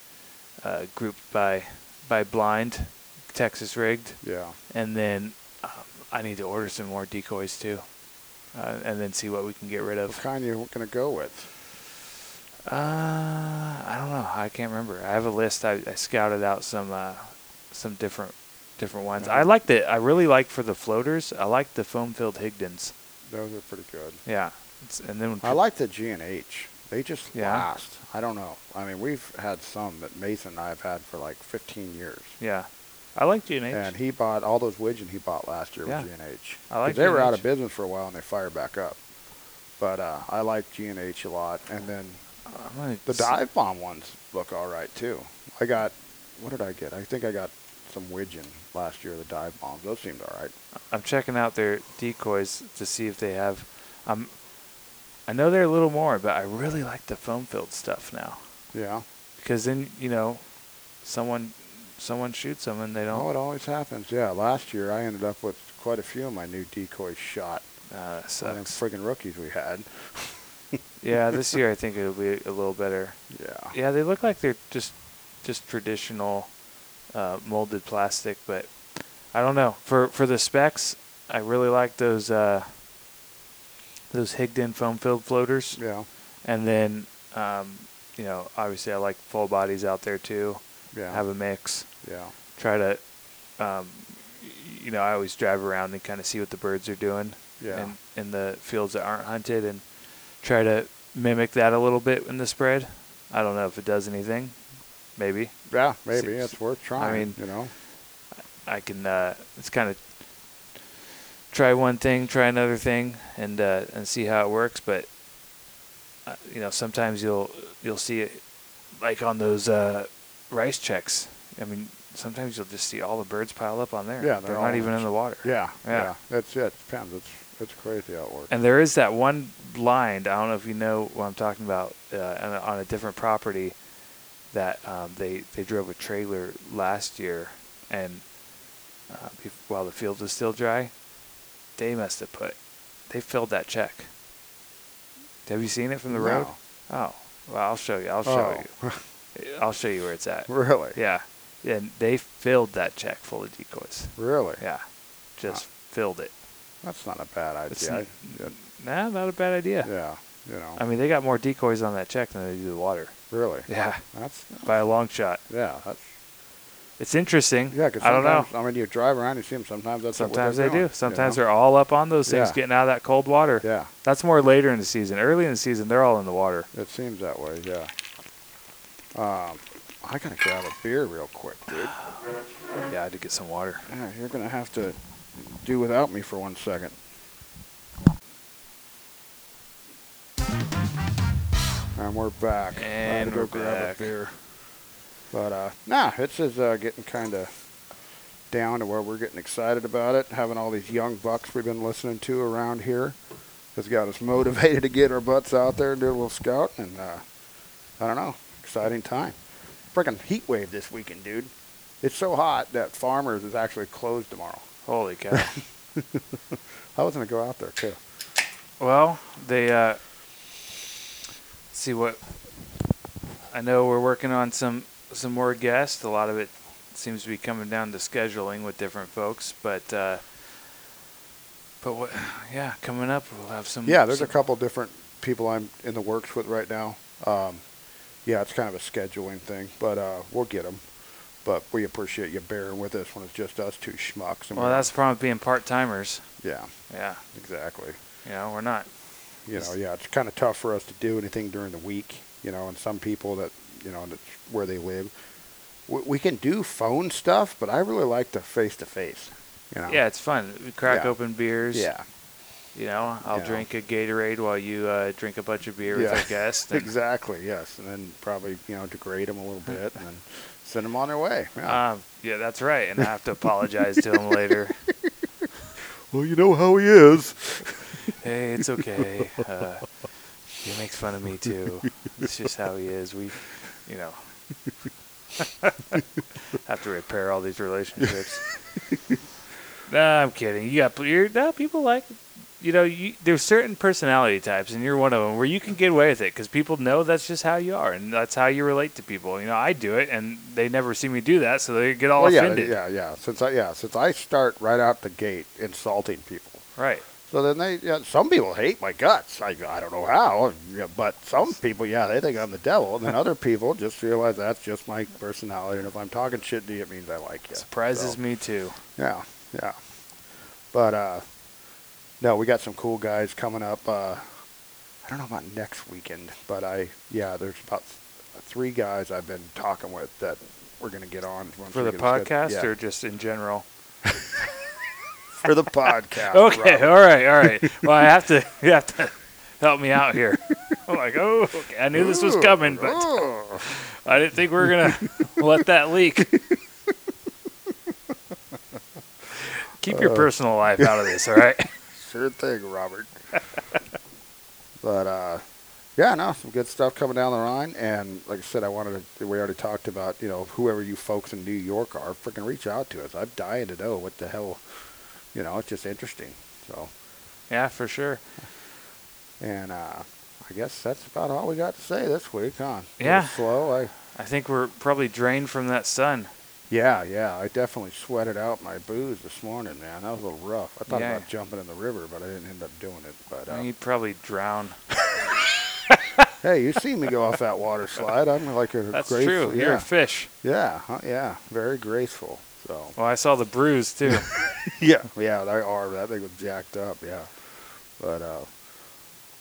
[SPEAKER 2] uh, grouped by by blind, Texas rigged.
[SPEAKER 1] Yeah,
[SPEAKER 2] and then um, I need to order some more decoys too, uh, and then see what we can get rid
[SPEAKER 1] what
[SPEAKER 2] of.
[SPEAKER 1] kind you going to go with?
[SPEAKER 2] Uh, I don't know. I can't remember. I have a list. I, I scouted out some uh, some different different ones. I like the. I really like for the floaters. I like the foam filled Higdons.
[SPEAKER 1] Those are pretty good.
[SPEAKER 2] Yeah, it's, and then
[SPEAKER 1] I like the G and H. They just
[SPEAKER 2] Yeah.
[SPEAKER 1] last. I don't know. I mean, we've had some that Mason and I have had for like 15 years.
[SPEAKER 2] Yeah, I like G and
[SPEAKER 1] and
[SPEAKER 2] H.
[SPEAKER 1] he bought all those widgeon he bought last year
[SPEAKER 2] Yeah.
[SPEAKER 1] with G and H.
[SPEAKER 2] I like
[SPEAKER 1] they were out of
[SPEAKER 2] G&H.
[SPEAKER 1] business for a while and they fired back up. But uh, I like G and H a lot, and then the dive bomb ones look all right too. I got what did I get? I think I got some widgeon last year. The dive bombs, those seemed all right.
[SPEAKER 2] I'm checking out their decoys to see if they have. Um, I know they're a little more, but I really like the foam filled stuff now
[SPEAKER 1] Yeah.
[SPEAKER 2] because then you know, someone someone shoots them and they
[SPEAKER 1] Oh,
[SPEAKER 2] don't.
[SPEAKER 1] it always happens. Yeah, last year I ended up with quite a few of my new decoys shot.
[SPEAKER 2] Uh, that
[SPEAKER 1] Some of them
[SPEAKER 2] sucks.
[SPEAKER 1] friggin' rookies we had.
[SPEAKER 2] yeah, this year I think it'll be a little better.
[SPEAKER 1] Yeah.
[SPEAKER 2] Yeah, they look like they're just just traditional uh, molded plastic, but I don't know. For for the specs, I really like those uh, those Higden foam filled floaters,
[SPEAKER 1] Yeah.
[SPEAKER 2] and then um, you know obviously I like full bodies out there too.
[SPEAKER 1] Yeah.
[SPEAKER 2] Have a mix.
[SPEAKER 1] yeah.
[SPEAKER 2] Try to um, y- you know I always drive around and kind of see what the birds are doing
[SPEAKER 1] Yeah.
[SPEAKER 2] in, in the fields that aren't hunted and try to mimic that a little bit in the spread. I don't know if it does anything. Maybe
[SPEAKER 1] Yeah, maybe
[SPEAKER 2] Seems-
[SPEAKER 1] it's worth trying.
[SPEAKER 2] mean-
[SPEAKER 1] you know.
[SPEAKER 2] I can. Uh, it's kind of try one thing, try another thing, and uh, and see how it works. But uh, you know, sometimes you'll you'll see it like on those uh, rice checks. I mean, sometimes you'll just see all the birds pile up on there.
[SPEAKER 1] Yeah, they're
[SPEAKER 2] they're
[SPEAKER 1] all
[SPEAKER 2] not even
[SPEAKER 1] on-
[SPEAKER 2] in the water.
[SPEAKER 1] Yeah,
[SPEAKER 2] Yeah.
[SPEAKER 1] yeah. That's it. Depends. It's it's crazy how it works.
[SPEAKER 2] And there is that one blind. I don't know if you know what I'm talking about. Uh, on, a, on a different property, that um, they they drove a trailer last year, and uh, bef- while the field was still dry, they must have put they filled that check. Have you seen it from the road?
[SPEAKER 1] No.
[SPEAKER 2] Oh, well, I'll show you. I'll show
[SPEAKER 1] Oh.
[SPEAKER 2] you. I'll show you where it's at.
[SPEAKER 1] really?
[SPEAKER 2] Yeah, and they filled that check full of decoys.
[SPEAKER 1] Really?
[SPEAKER 2] Yeah, just filled it.
[SPEAKER 1] That's not a bad
[SPEAKER 2] It's
[SPEAKER 1] idea. I-
[SPEAKER 2] n-
[SPEAKER 1] yeah,
[SPEAKER 2] Nah, not a bad idea.
[SPEAKER 1] yeah. You know.
[SPEAKER 2] I mean, they got more decoys on that check than they do the water.
[SPEAKER 1] really.
[SPEAKER 2] Yeah,
[SPEAKER 1] That's
[SPEAKER 2] by a long shot.
[SPEAKER 1] yeah. That's
[SPEAKER 2] It's interesting.
[SPEAKER 1] yeah. Cause
[SPEAKER 2] I don't know.
[SPEAKER 1] sometimes- I mean, you drive around, you see them. Sometimes that's what
[SPEAKER 2] Sometimes
[SPEAKER 1] they're
[SPEAKER 2] they
[SPEAKER 1] doing,
[SPEAKER 2] do. Sometimes
[SPEAKER 1] you know?
[SPEAKER 2] they're all up on those things,
[SPEAKER 1] Yeah.
[SPEAKER 2] getting out of that cold water.
[SPEAKER 1] Yeah.
[SPEAKER 2] That's more later in the season. Early in the season, they're all in the water.
[SPEAKER 1] It seems that way. Yeah. Um, I gotta grab a beer real quick, dude.
[SPEAKER 2] Yeah, I had to get some water.
[SPEAKER 1] Yeah, you're gonna have to do without me for one second. And we're back. I had to
[SPEAKER 2] And
[SPEAKER 1] go
[SPEAKER 2] we're
[SPEAKER 1] grab a
[SPEAKER 2] back.
[SPEAKER 1] beer. But uh, nah, this is uh, getting kind of down to where we're getting excited about it. Having all these young bucks we've been listening to around here has got us motivated to get our butts out there and do a little scout. And uh, I don't know, exciting time. Freaking heat wave this weekend, dude. It's so hot that Farmers is actually closed tomorrow.
[SPEAKER 2] Holy cow.
[SPEAKER 1] I was gonna go out there too.
[SPEAKER 2] well, they, uh, let's see what, I know we're working on some, some more guests. A lot of it seems to be coming down to scheduling with different folks, but, uh, but what, yeah, coming up, we'll have some.
[SPEAKER 1] Yeah, there's a
[SPEAKER 2] some-
[SPEAKER 1] couple different people I'm in the works with right now. Um, yeah, it's kind of a scheduling thing, but uh, we'll get them. But we appreciate you bearing with us when it's just us two schmucks. and
[SPEAKER 2] Well,
[SPEAKER 1] we're-
[SPEAKER 2] that's the problem with being part timers.
[SPEAKER 1] yeah,
[SPEAKER 2] Yeah,
[SPEAKER 1] exactly.
[SPEAKER 2] you know, we're not.
[SPEAKER 1] You know,
[SPEAKER 2] It's-
[SPEAKER 1] yeah, it's kind of tough for us to do anything during the week. You know, and some people that you know that's where they live, we, we can do phone stuff, but I really like the face to face. You know.
[SPEAKER 2] Yeah, it's fun. We crack
[SPEAKER 1] Yeah.
[SPEAKER 2] open beers.
[SPEAKER 1] Yeah.
[SPEAKER 2] You know, I'll
[SPEAKER 1] Yeah.
[SPEAKER 2] drink a Gatorade while you uh, drink a bunch of beer
[SPEAKER 1] Yeah.
[SPEAKER 2] with our guest. and,
[SPEAKER 1] Exactly. Yes, and then probably you know degrade them a little bit, and then send them on their way. Yeah.
[SPEAKER 2] Um, yeah, that's right. And I have to apologize to him later.
[SPEAKER 1] well, you know how he is.
[SPEAKER 2] Hey, it's okay. Uh, he makes fun of me too. It's just how he is. We, you know, have to repair all these relationships. no, I'm kidding. You got you're, no, people like, you know, you, there's certain personality types, and you're one of them where you can get away with it because people know that's just how you are and that's how you relate to people. You know, I do it, and they never see me do that, so they get all
[SPEAKER 1] Well, yeah,
[SPEAKER 2] offended.
[SPEAKER 1] yeah, yeah. Since I yeah, since I start right out the gate insulting people,
[SPEAKER 2] Right.
[SPEAKER 1] so then they yeah, some people hate my guts. I I don't know how, yeah, but some people yeah they think I'm the devil, and then other people just realize that's just my personality. And if I'm talking shit to you, it means I like you.
[SPEAKER 2] Surprises
[SPEAKER 1] So-
[SPEAKER 2] me too.
[SPEAKER 1] Yeah, yeah. But uh no, we got some cool guys coming up. Uh I don't know about next weekend, but I yeah, there's about th- three guys I've been talking with that we're gonna get on once
[SPEAKER 2] for
[SPEAKER 1] we
[SPEAKER 2] the
[SPEAKER 1] get a sched-
[SPEAKER 2] podcast
[SPEAKER 1] yeah,
[SPEAKER 2] or just in general?
[SPEAKER 1] for the podcast.
[SPEAKER 2] Okay,
[SPEAKER 1] Rob.
[SPEAKER 2] all right, all right. Well, I have to, you have to help me out here. I'm like, oh, okay. I knew this was coming, but
[SPEAKER 1] Oh.
[SPEAKER 2] I didn't think we were gonna let that leak. Keep your personal life out of this, all right?
[SPEAKER 1] Sure thing, Robert. but uh, yeah, no, some good stuff coming down the line. And like I said, I wanted to. We already talked about you know whoever you folks in New York are, freaking reach out to us. I'm dying to know what the hell. You know, it's just interesting. So,
[SPEAKER 2] Yeah, for sure.
[SPEAKER 1] and uh, I guess that's about all we got to say this week, huh? It was
[SPEAKER 2] Yeah.
[SPEAKER 1] Slow. I.
[SPEAKER 2] I think we're probably drained from that sun.
[SPEAKER 1] Yeah, yeah. I definitely sweated out my booze this morning, man. That was a little rough. I thought
[SPEAKER 2] Yeah.
[SPEAKER 1] about jumping in the river, but I didn't end up doing it. But
[SPEAKER 2] I
[SPEAKER 1] uh,
[SPEAKER 2] mean, You'd probably drown.
[SPEAKER 1] hey, you see me go off that water slide. I'm like a
[SPEAKER 2] That's
[SPEAKER 1] graceful-
[SPEAKER 2] true. You're a
[SPEAKER 1] yeah.
[SPEAKER 2] fish.
[SPEAKER 1] Yeah, huh, yeah, very graceful. So
[SPEAKER 2] Well, I saw the bruise too.
[SPEAKER 1] yeah, yeah, they are. That thing was jacked up. Yeah, but uh,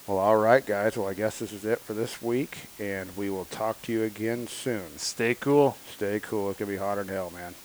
[SPEAKER 1] well, all right, guys. Well, I guess this is it for this week, and we will talk to you again soon.
[SPEAKER 2] Stay cool.
[SPEAKER 1] Stay cool. It's gonna be hot in hell, man.